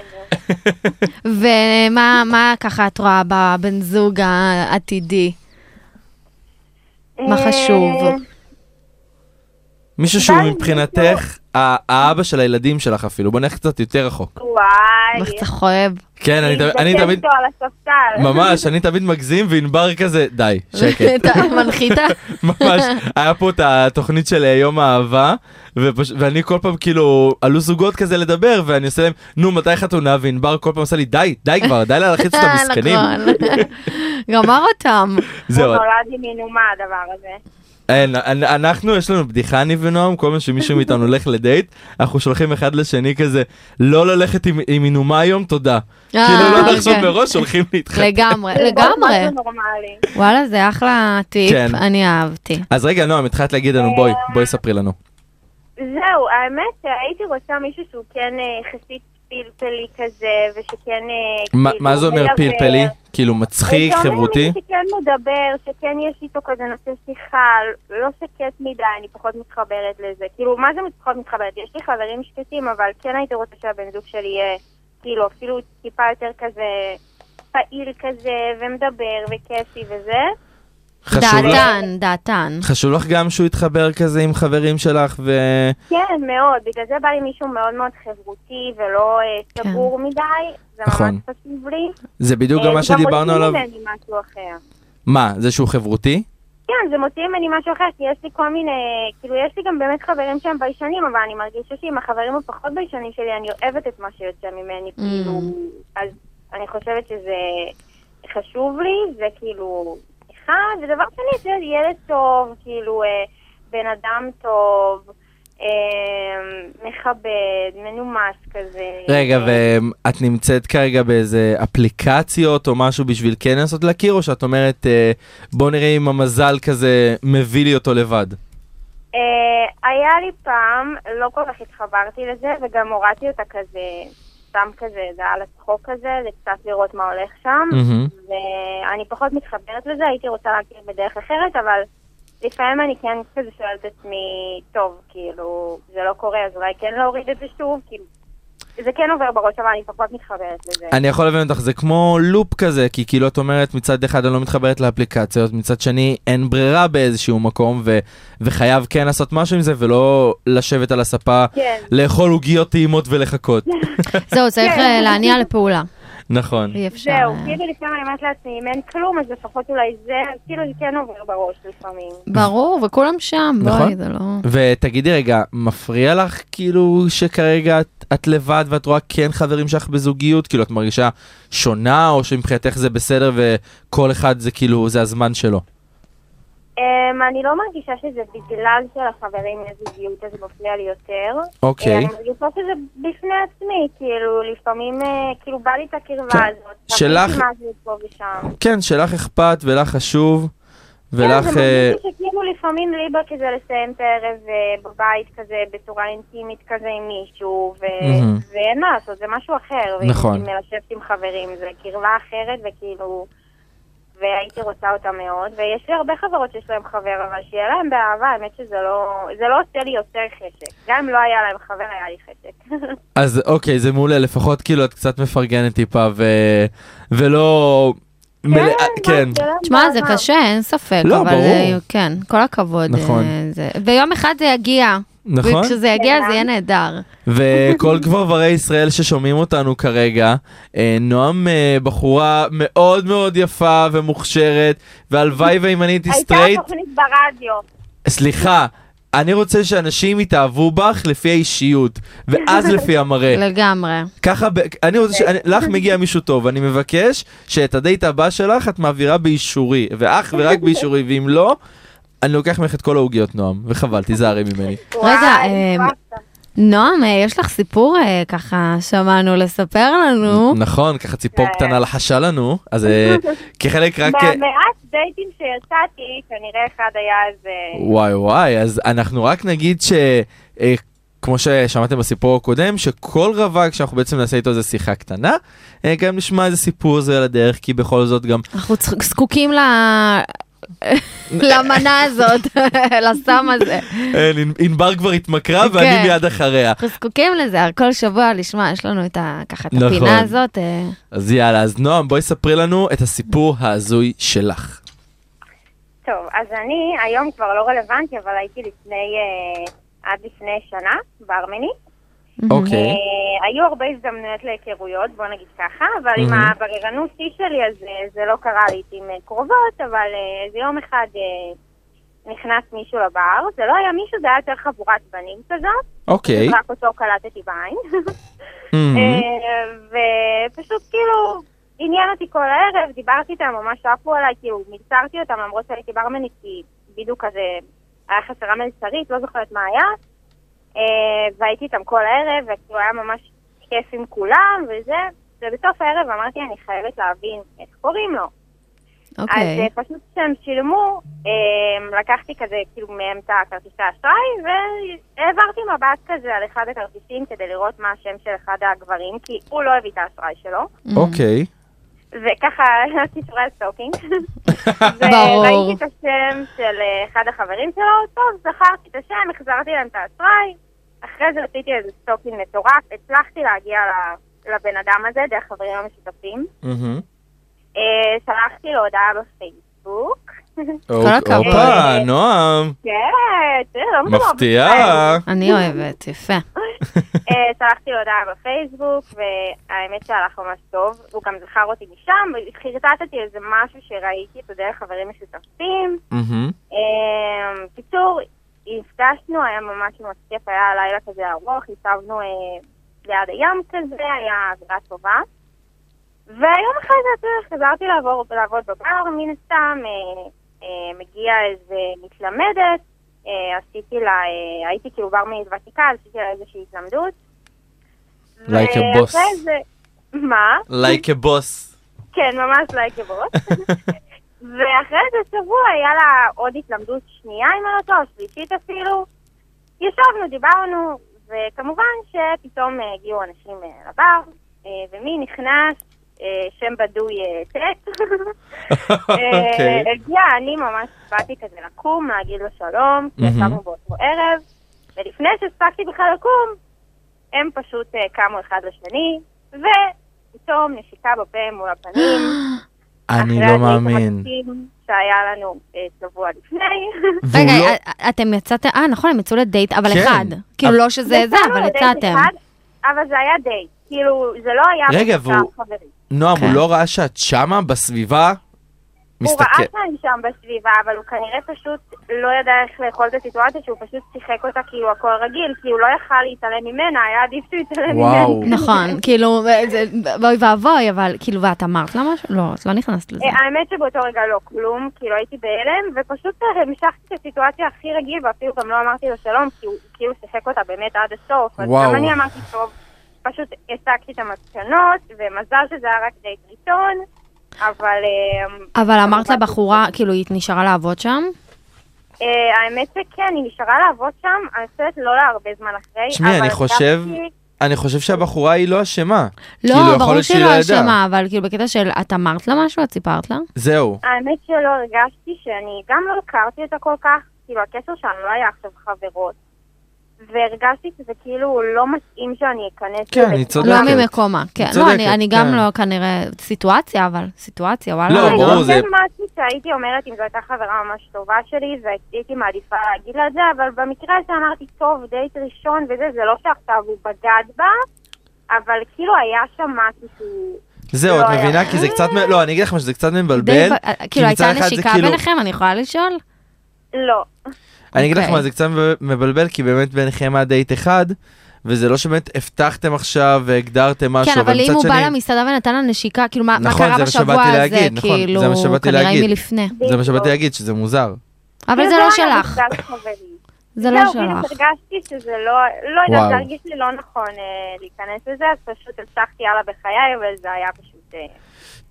[SPEAKER 5] ומה מה ככה את רואה בבן זוג העתידי? מה חשוב?
[SPEAKER 10] אה,
[SPEAKER 4] מישהו שהוא
[SPEAKER 10] די,
[SPEAKER 4] מבחינתך ה- האבא של הילדים שלך אפילו, בוא נלך קצת יותר רחוק.
[SPEAKER 10] וואי.
[SPEAKER 5] איך אתה חואב?
[SPEAKER 4] כן, אני תמיד- אני
[SPEAKER 10] להתגשם
[SPEAKER 4] תמיד,
[SPEAKER 10] איתו על הספסל.
[SPEAKER 4] ממש, אני תמיד מגזים וענבר כזה, די,
[SPEAKER 5] [laughs]
[SPEAKER 4] שקט. [laughs]
[SPEAKER 5] מנחיתה?
[SPEAKER 4] ממש, היה פה את התוכנית של אה, יום האהבה, ופש... ואני כל פעם כאילו, עלו זוגות כזה לדבר, ואני עושה להם, נו מתי חתונה, וענבר כל פעם עושה לי, די, די כבר, די להלחיץ את המסכנים.
[SPEAKER 5] אה, נכון. [laughs] גמר אותם.
[SPEAKER 4] זהו,
[SPEAKER 10] הוא נולד עם מינומה לא הדבר הזה.
[SPEAKER 4] אין, אנ- אנחנו, יש לנו בדיחה, אני ונועם, כל פעם שמישהו מאיתנו הולך לדייט, אנחנו שולחים אחד לשני כזה, לא ללכת עם עם מינומה היום, תודה.
[SPEAKER 5] אה,
[SPEAKER 4] כאילו, לא
[SPEAKER 5] אוקיי.
[SPEAKER 4] לחשוב מראש, הולכים להתחתן.
[SPEAKER 10] [laughs]
[SPEAKER 5] לגמרי,
[SPEAKER 10] זה לא?
[SPEAKER 5] לגמרי.
[SPEAKER 10] משהו נורמלי.
[SPEAKER 5] וואלה, זה אחלה
[SPEAKER 4] כן.
[SPEAKER 5] טיפ, אני אהבתי.
[SPEAKER 4] אז רגע, נועם, התחלת להגיד לנו, בואי, בואי ספרי לנו.
[SPEAKER 10] זהו, האמת שהייתי רוצה מישהו שהוא כן אה, חסיד פלפלי כזה, ושכן... אה,
[SPEAKER 4] מה-
[SPEAKER 10] כאילו
[SPEAKER 4] מה זה אומר
[SPEAKER 10] מדבר.
[SPEAKER 5] אוקיי,
[SPEAKER 4] פלפלי? כאילו, מצחיק,
[SPEAKER 10] זה אומר
[SPEAKER 4] חברותי?
[SPEAKER 10] מישהו שכן מדבר, שכן יש איתו כזה נושא שיחה, לא שקט מדי, אני פחות מתחברת לזה. כאילו, מה זה פחות מתחברת? יש לי חברים שקטים, אבל כן הייתי רוצה שהבן זוג שלי יהיה, כאילו, אפילו טיפה יותר כזה פעיל כזה, ומדבר, וכיפי וזה.
[SPEAKER 4] חשוב לך?
[SPEAKER 5] דעתן, דעתן.
[SPEAKER 4] חשוב לך גם שהוא יתחבר כזה עם חברים שלך ו...
[SPEAKER 10] כן, מאוד. בגלל זה בא לי מישהו מאוד מאוד חברותי, ולא אה, סגור מדי. זה
[SPEAKER 4] נכון.
[SPEAKER 10] ממש חשוב לי.
[SPEAKER 4] זה בדיוק גם
[SPEAKER 10] אה,
[SPEAKER 4] מה שדיברנו עליו.
[SPEAKER 10] גם מוציאים ממני משהו אחר.
[SPEAKER 4] מה, זה שהוא חברותי?
[SPEAKER 10] כן, זה מוציא ממני משהו אחר, כי יש לי כל מיני, כאילו, יש לי גם באמת חברים שהם ביישנים, אבל אני מרגישה שעם החברים הפחות ביישנים שלי, אני אוהבת את מה שיוצא ממני, כאילו, אז אני חושבת שזה חשוב לי, זה כאילו, אחד, ודבר שני, זה ילד טוב, כאילו, אה, בן אדם טוב, אה, מכבד, מנומס כזה.
[SPEAKER 4] רגע,
[SPEAKER 10] אה,
[SPEAKER 4] ואת נמצאת כרגע באיזה אפליקציות או משהו בשביל כן לנסות להכיר, או שאת אומרת, אה, בוא נראה אם המזל כזה מביא לי אותו לבד?
[SPEAKER 10] אה, היה לי פעם, לא כל כך התחברתי לזה, וגם הורדתי אותה כזה, סתם כזה, זה היה לצחוק כזה, זה קצת לראות מה הולך שם,
[SPEAKER 4] מהמם.
[SPEAKER 10] ואני פחות מתחברת לזה, הייתי רוצה להכיר בדרך אחרת, אבל לפעמים אני כן כזה שואלת את עצמי, טוב, כאילו, זה לא קורה, אז אולי כן להוריד את זה שוב, כאילו, זה כן עובר בראש, אבל אני פחות מתחברת לזה.
[SPEAKER 4] אני יכול להבין אותך, זה כמו לופ כזה, כי כאילו את אומרת, מצד אחד אני לא מתחברת לאפליקציות, מצד שני אין ברירה באיזשהו מקום, ו- וחייב כן לעשות משהו עם זה, ולא לשבת על הספה,
[SPEAKER 10] כן.
[SPEAKER 4] לאכול עוגיות טעימות
[SPEAKER 10] [laughs]
[SPEAKER 4] ולחכות.
[SPEAKER 5] זהו, צריך
[SPEAKER 10] כן.
[SPEAKER 5] אה, להניע
[SPEAKER 10] [laughs]
[SPEAKER 5] לפעולה.
[SPEAKER 4] נכון.
[SPEAKER 5] אי אפשר.
[SPEAKER 10] זהו,
[SPEAKER 5] אה,
[SPEAKER 10] כאילו לפעמים אני אומרת לעצמי, אם אין כלום, אז לפחות אולי זה, כאילו זה כן עובר בראש לפעמים.
[SPEAKER 5] ברור, וכולם שם,
[SPEAKER 4] נכון.
[SPEAKER 5] בואי, זה לא...
[SPEAKER 4] ותגידי רגע, מפריע לך כאילו שכרגע את, את לבד ואת רואה כן חברים שלך בזוגיות? כאילו את מרגישה שונה, או שמבחינתך זה בסדר וכל אחד זה כאילו, זה הזמן שלו?
[SPEAKER 10] Um, אני לא מרגישה שזה בגלל שלחברים יש זוגיות, אז זה מפריע לי יותר. אמ,
[SPEAKER 4] אוקיי.
[SPEAKER 10] אני מרגישה שזה בפני עצמי, כאילו, לפעמים, אה, כאילו, בא לי את הקרבה
[SPEAKER 4] כן.
[SPEAKER 10] הזאת.
[SPEAKER 4] שלך-
[SPEAKER 10] תמיד משהו פה ושם.
[SPEAKER 4] כן, שלך אכפת ולך חשוב, ולך...
[SPEAKER 10] כן, זה
[SPEAKER 4] אה,
[SPEAKER 10] מרגיש לי שכאילו לפעמים לי בא כזה לסיים את הערב אה, בבית כזה, בצורה אינטימית כזה עם מישהו, ו...
[SPEAKER 4] מהמם.
[SPEAKER 10] ואין מה לעשות, זה משהו אחר.
[SPEAKER 4] נכון.
[SPEAKER 10] מלשבת עם חברים, זה קרבה אחרת, וכאילו... והייתי רוצה אותה מאוד, ויש לי הרבה חברות שיש להן חבר, אבל שיהיה להן באהבה, האמת שזה לא... זה לא עושה לי יותר חשק. גם אם לא היה להן חבר, היה לי חשק.
[SPEAKER 4] אז אוקיי, זה מעולה, לפחות כאילו את קצת מפרגנת טיפה, ו... ולא... מלא- כן.
[SPEAKER 10] שיהיה להן
[SPEAKER 5] תשמע, זה
[SPEAKER 10] באהבה.
[SPEAKER 5] קשה, אין ספק.
[SPEAKER 4] לא,
[SPEAKER 5] אבל,
[SPEAKER 4] ברור.
[SPEAKER 5] אה, כן, כל הכבוד.
[SPEAKER 4] נכון.
[SPEAKER 5] אה, זה- ויום אחד זה יגיע.
[SPEAKER 4] נכון.
[SPEAKER 5] וכשזה יגיע זה
[SPEAKER 10] כן.
[SPEAKER 5] יהיה נהדר.
[SPEAKER 4] וכל גברברי ישראל ששומעים אותנו כרגע, אה, נועם אה, בחורה מאוד מאוד יפה ומוכשרת, והלוואי ואם אני הייתי
[SPEAKER 10] [laughs] הייתה
[SPEAKER 4] סטרייט,
[SPEAKER 10] תוכנית ברדיו.
[SPEAKER 4] סליחה, אני רוצה שאנשים יתאהבו בך לפי האישיות, ואז לפי המראה.
[SPEAKER 5] לגמרי.
[SPEAKER 4] ככה, ב- אני רוצה ש... אני- לך מגיע מישהו טוב, אני מבקש שאת הדייט הבא שלך את מעבירה באישורי, ואך ורק באישורי, ואם לא, אני לוקח ממך את כל העוגיות, נועם, וחבל, תיזהרי ממני.
[SPEAKER 5] רגע,
[SPEAKER 4] אה,
[SPEAKER 5] אמ, נועם, אה, יש לך סיפור אה, ככה שמענו לספר לנו?
[SPEAKER 4] נכון, ככה ציפור קטנה לחשה לנו, אז
[SPEAKER 10] [laughs]
[SPEAKER 4] אה, כחלק רק... אה,
[SPEAKER 10] מהמעט דייטים שיצאתי, כנראה אחד היה איזה...
[SPEAKER 4] וואי וואי, אז אנחנו רק נגיד ש... אה, כמו ששמעתם בסיפור הקודם, שכל רווק שאנחנו בעצם נעשה איתו זה שיחה קטנה, אה, גם נשמע איזה סיפור זה על הדרך, כי בכל זאת
[SPEAKER 10] [laughs]
[SPEAKER 4] גם
[SPEAKER 5] אנחנו צ- זקוקים ל- [laughs] למנה הזאת, [laughs] לסם הזה.
[SPEAKER 4] אה, ענבר כבר התמכרה
[SPEAKER 5] כן.
[SPEAKER 4] ואני מיד אחריה.
[SPEAKER 5] אנחנו זקוקים לזה, על כל שבוע לשמוע, יש לנו את ה- ככה את
[SPEAKER 4] נכון.
[SPEAKER 5] הפינה הזאת. אה,
[SPEAKER 4] אז יאללה, אז נועם, בואי ספרי לנו את הסיפור ההזוי שלך.
[SPEAKER 10] טוב, אז אני היום כבר לא רלוונטי, אבל הייתי לפני... אה, עד לפני שנה, בארמני.
[SPEAKER 4] אוקיי.
[SPEAKER 10] אה, היו הרבה הזדמנויות להיכרויות, בוא נגיד ככה, אבל עם
[SPEAKER 4] מהמם.
[SPEAKER 10] הבררנות שיא שלי, אז אה, זה לא קרה לעיתים אה, קרובות, אבל אה, איזה יום אחד אה, נכנס מישהו לבר, זה לא היה מישהו, זה היה יותר חבורת בנים כזאת,
[SPEAKER 4] אוקיי.
[SPEAKER 10] רק אותו קלטתי בעין. [laughs]
[SPEAKER 4] מהמם.
[SPEAKER 10] אה, ופשוט כאילו עניין אותי כל הערב, דיברתי איתם, ממש עפו עליי, כאילו מלצרתי אותם למרות שהייתי ברמנית, כי בדיוק כזה היה חסרה מלצרית, לא זוכרת מה היה, אה, והייתי איתם כל הערב, וכאילו היה ממש כיף עם כולם וזה, ובסוף הערב אמרתי, אני חייבת להבין איך קוראים לו. אז
[SPEAKER 5] אוקיי.
[SPEAKER 10] אה, פשוט כשהם שילמו, אה, לקחתי כזה, כאילו, מהם את הכרטיסי האשראי, והעברתי מבט כזה על אחד הכרטיסים כדי לראות מה השם של אחד הגברים, כי הוא לא הביא את האשראי שלו,
[SPEAKER 4] אוקיי.
[SPEAKER 10] וככה, [laughs] כישורי
[SPEAKER 5] [laughs]
[SPEAKER 10] הסטוקינג.
[SPEAKER 5] ברור.
[SPEAKER 10] וראיתי את השם של אה, אחד החברים שלו, טוב, זכרתי את השם, החזרתי להם את האשראי, אחרי זה עשיתי איזה סטוקינג מטורף, הצלחתי להגיע ל- לבן אדם הזה דרך חברים המשותפים.
[SPEAKER 4] מהמם.
[SPEAKER 10] אה, שלחתי לו הודעה בפייסבוק. [laughs]
[SPEAKER 4] אוק-
[SPEAKER 5] הכבוד.
[SPEAKER 4] הופה, נועם.
[SPEAKER 10] כן, תראה, לא מדובר
[SPEAKER 4] מפתיע.
[SPEAKER 10] בפייסבוק.
[SPEAKER 5] אני אוהבת, יפה.
[SPEAKER 10] אה, שלחתי לו הודעה בפייסבוק, והאמת שהלך ממש טוב. הוא גם זכר אותי משם, חרטטתי איזה משהו שראיתי, אתה יודע, חברים משותפים.
[SPEAKER 4] מהמם.
[SPEAKER 10] אה, בקיצור, נפגשנו, היה ממש ממש כיף, היה לילה כזה ארוך, הסתובבנו אה, ליד הים כזה, היה אווירה טובה. והיום אחרי זה אתה יודע, חזרתי לעבור, לעבוד בבר, מן הסתם, אה, אה, מגיעה איזה מתלמדת, אה, עשיתי לה, אה, הייתי כאילו ברמנית ותיקה, עשיתי לה איזושהי התלמדות.
[SPEAKER 4] Like a boss.
[SPEAKER 10] ואחרי זה- מה?
[SPEAKER 4] לייק הבוס.
[SPEAKER 10] כן, ממש לייק הבוס. ואחרי איזה שבוע היה לה עוד התלמדות שנייה, אם אני לא טועה, או שלישית אפילו. ישבנו, דיברנו, וכמובן שפתאום אה, הגיעו אנשים אה, לבר, אה, ומי נכנס? אה, שם בדוי אה, טט.
[SPEAKER 4] [laughs] אוקיי.
[SPEAKER 10] אה, הגיע, אני ממש באתי כזה לקום, להגיד לו שלום, כי
[SPEAKER 4] מהמם.
[SPEAKER 10] ישבנו באותו ערב, ולפני שהספקתי בכלל לקום, הם פשוט אה, קמו אחד לשני, ופתאום נשיקה בפה מול הפנים.
[SPEAKER 4] אני
[SPEAKER 5] אה,
[SPEAKER 10] אחרי
[SPEAKER 4] לא
[SPEAKER 10] הדייט
[SPEAKER 4] מאמין.
[SPEAKER 10] המקסים שהיה לנו אה, שבוע לפני.
[SPEAKER 4] והוא
[SPEAKER 5] רגע, אה,
[SPEAKER 4] לא-
[SPEAKER 5] א- אתם יצאתם, אה, נכון, הם יצאו לדייט, אבל
[SPEAKER 4] כן.
[SPEAKER 5] אחד. כאילו,
[SPEAKER 4] אבל-
[SPEAKER 5] לא שזה זה,
[SPEAKER 10] יצאנו
[SPEAKER 5] אבל
[SPEAKER 10] לדייט
[SPEAKER 5] יצאתם.
[SPEAKER 10] אחד, אבל זה היה דייט. כאילו, זה לא היה...
[SPEAKER 4] רגע,
[SPEAKER 10] בקבוצה
[SPEAKER 4] והוא-
[SPEAKER 10] חברית.
[SPEAKER 4] נועם, הוא
[SPEAKER 5] כן.
[SPEAKER 4] לא ראה שאת שמה בסביבה?
[SPEAKER 10] הוא ראה
[SPEAKER 4] מסתכל.
[SPEAKER 10] שאני שם בסביבה, אבל הוא כנראה פשוט לא ידע איך לאכול את הסיטואציה, שהוא פשוט שיחק אותה כאילו הכל רגיל, כי הוא לא יכל להתעלם ממנה, היה עדיף שהוא יתעלם ממנה.
[SPEAKER 4] וואו.
[SPEAKER 5] נכון, כאילו, זה- ואוי ואבוי, אבל כאילו, ואת אמרת לה משהו? לא, את לא נכנסת לזה.
[SPEAKER 10] אה, האמת שבאותו רגע לא כלום, כאילו הייתי בהלם, ופשוט אה, המשכתי את הסיטואציה הכי רגיל, ואפילו גם לא אמרתי לו שלום, כי הוא כאילו שיחק אותה באמת עד הסוף. אז
[SPEAKER 4] וואו.
[SPEAKER 10] גם אני אמרתי טוב, פשוט הסקתי את המסקנות, ומזל שזה היה רק דייט ראשון, אבל אה,
[SPEAKER 5] אבל אמרת לבחורה, כאילו, היא נשארה לעבוד שם?
[SPEAKER 10] אה, האמת שכן, היא נשארה לעבוד שם, אני חושבת לא להרבה זמן אחרי.
[SPEAKER 4] תשמעי,
[SPEAKER 10] אבל
[SPEAKER 4] אני חושב-
[SPEAKER 10] הרגשתי-
[SPEAKER 4] אני חושב שהבחורה היא לא אשמה.
[SPEAKER 5] לא,
[SPEAKER 4] כאילו, יכול
[SPEAKER 5] ברור
[SPEAKER 4] להיות
[SPEAKER 5] שהיא
[SPEAKER 4] שהיא
[SPEAKER 5] לא
[SPEAKER 4] לא ידעה.
[SPEAKER 5] אשמה, אבל כאילו, בקטע של, את אמרת לה משהו? את סיפרת לה?
[SPEAKER 4] זהו.
[SPEAKER 10] האמת שלא הרגשתי שאני גם לא הכרתי אותה כל כך, כאילו הקשר שלנו לא היה עכשיו חברות. והרגשתי שזה כאילו לא מתאים שאני אכנס
[SPEAKER 4] כן,
[SPEAKER 10] לזה.
[SPEAKER 4] היא צודקת.
[SPEAKER 5] לא ממקומה, כן. לא,
[SPEAKER 4] צודקת,
[SPEAKER 5] אני- אני גם
[SPEAKER 4] כן.
[SPEAKER 5] לא כנראה, סיטואציה, אבל, סיטואציה, וואלה.
[SPEAKER 4] לא,
[SPEAKER 10] אני
[SPEAKER 4] ברור,
[SPEAKER 10] חושבת
[SPEAKER 4] זה-
[SPEAKER 10] משהו שהייתי אומרת אם זו הייתה חברה ממש טובה שלי, והייתי מעדיפה להגיד לה את זה, אבל במקרה הזה אמרתי, טוב, דייט ראשון וזה, זה לא שעכשיו הוא בגד בה, אבל כאילו היה שם משהו שהוא...
[SPEAKER 4] זהו, את
[SPEAKER 10] לא היה.
[SPEAKER 4] מבינה? כי זה קצת... מ- לא, אני אגיד לך מה שזה קצת
[SPEAKER 5] די
[SPEAKER 4] מבלבל.
[SPEAKER 5] ב-
[SPEAKER 4] כי
[SPEAKER 5] כאילו,
[SPEAKER 4] מצד
[SPEAKER 5] הייתה
[SPEAKER 4] אחד זה
[SPEAKER 5] נשיקה
[SPEAKER 4] כאילו-
[SPEAKER 5] ביניכם, אני יכולה לשאול?
[SPEAKER 10] לא.
[SPEAKER 4] אני אגיד לך
[SPEAKER 5] אוקיי.
[SPEAKER 4] מה, זה קצת מבלבל, כי באמת ביניכם היה דייט אחד, וזה לא שבאמת הבטחתם עכשיו והגדרתם משהו,
[SPEAKER 5] כן, אבל אם
[SPEAKER 4] מצד
[SPEAKER 5] הוא
[SPEAKER 4] שני-
[SPEAKER 5] בא למסעדה ונתן לה נשיקה, כאילו, מה מה
[SPEAKER 4] נכון,
[SPEAKER 5] קרה
[SPEAKER 4] זה מה
[SPEAKER 5] בשבוע
[SPEAKER 4] שבאתי
[SPEAKER 5] הזה,
[SPEAKER 4] להגיד, נכון,
[SPEAKER 5] כאילו,
[SPEAKER 4] זה מה שבאתי
[SPEAKER 5] כנראה
[SPEAKER 4] להגיד.
[SPEAKER 5] מלפני.
[SPEAKER 4] זה מה שבאתי להגיד, שזה מוזר.
[SPEAKER 10] כאילו
[SPEAKER 5] אבל זה לא שלך, זה לא
[SPEAKER 9] כאילו,
[SPEAKER 10] זהו, בדיוק
[SPEAKER 5] שלך.
[SPEAKER 10] הרגשתי שזה לא, לא
[SPEAKER 4] וואו.
[SPEAKER 10] יודעת, זה הרגיש לי לא נכון אה, להיכנס לזה, אז פשוט המשכתי הלאה בחיי, וזה היה פשוט... אה,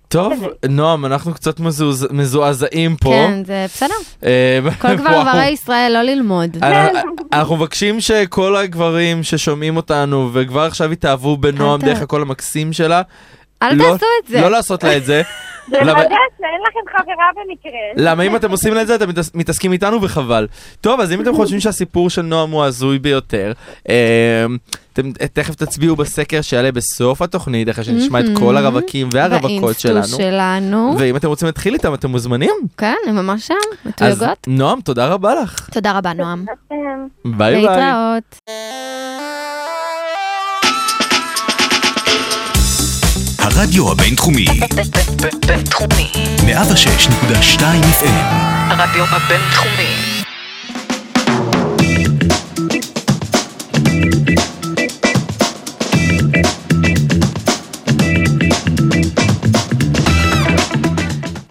[SPEAKER 4] טוב, נועם, אנחנו קצת מזועז- מזועזעים פה.
[SPEAKER 5] אוקיי. כן, זה בסדר.
[SPEAKER 4] אה, [laughs]
[SPEAKER 5] כל
[SPEAKER 4] וואו. אה,
[SPEAKER 5] גברי ישראל לא ללמוד.
[SPEAKER 4] אנחנו- אנחנו מבקשים שכל הגברים ששומעים אותנו וכבר עכשיו התאהבו בנועם
[SPEAKER 5] אל ת-
[SPEAKER 4] דרך הקול המקסים שלה,
[SPEAKER 5] אל
[SPEAKER 4] לא-
[SPEAKER 5] תעשו את זה.
[SPEAKER 4] לא לעשות לה את זה. למה-
[SPEAKER 10] לוודא שאין לכם חברה במקרה.
[SPEAKER 4] למה אם אתם עושים לה את זה אתם מתעס- מתעסקים איתנו וחבל. טוב אז אם אתם חושבים שהסיפור של נועם הוא הזוי ביותר, אמ, אתם תכף תצביעו בסקר שיעלה בסוף התוכנית אחרי שנשמע את כל הרווקים והרווקות
[SPEAKER 5] Mm-hmm. באינסטו
[SPEAKER 4] שלנו.
[SPEAKER 5] שלנו.
[SPEAKER 4] ואם אתם רוצים להתחיל איתם אתם מוזמנים.
[SPEAKER 5] כן, הם ממש שם,
[SPEAKER 4] אז
[SPEAKER 5] מתויגות.
[SPEAKER 4] נועם תודה רבה לך.
[SPEAKER 5] תודה רבה, נועם.
[SPEAKER 10] אתם-
[SPEAKER 4] ביי ביי.
[SPEAKER 5] להתראות.
[SPEAKER 1] הרדיו הבינתחומי,
[SPEAKER 11] בינתחומי,
[SPEAKER 1] 106.2 FM,
[SPEAKER 11] הרדיו הבינתחומי,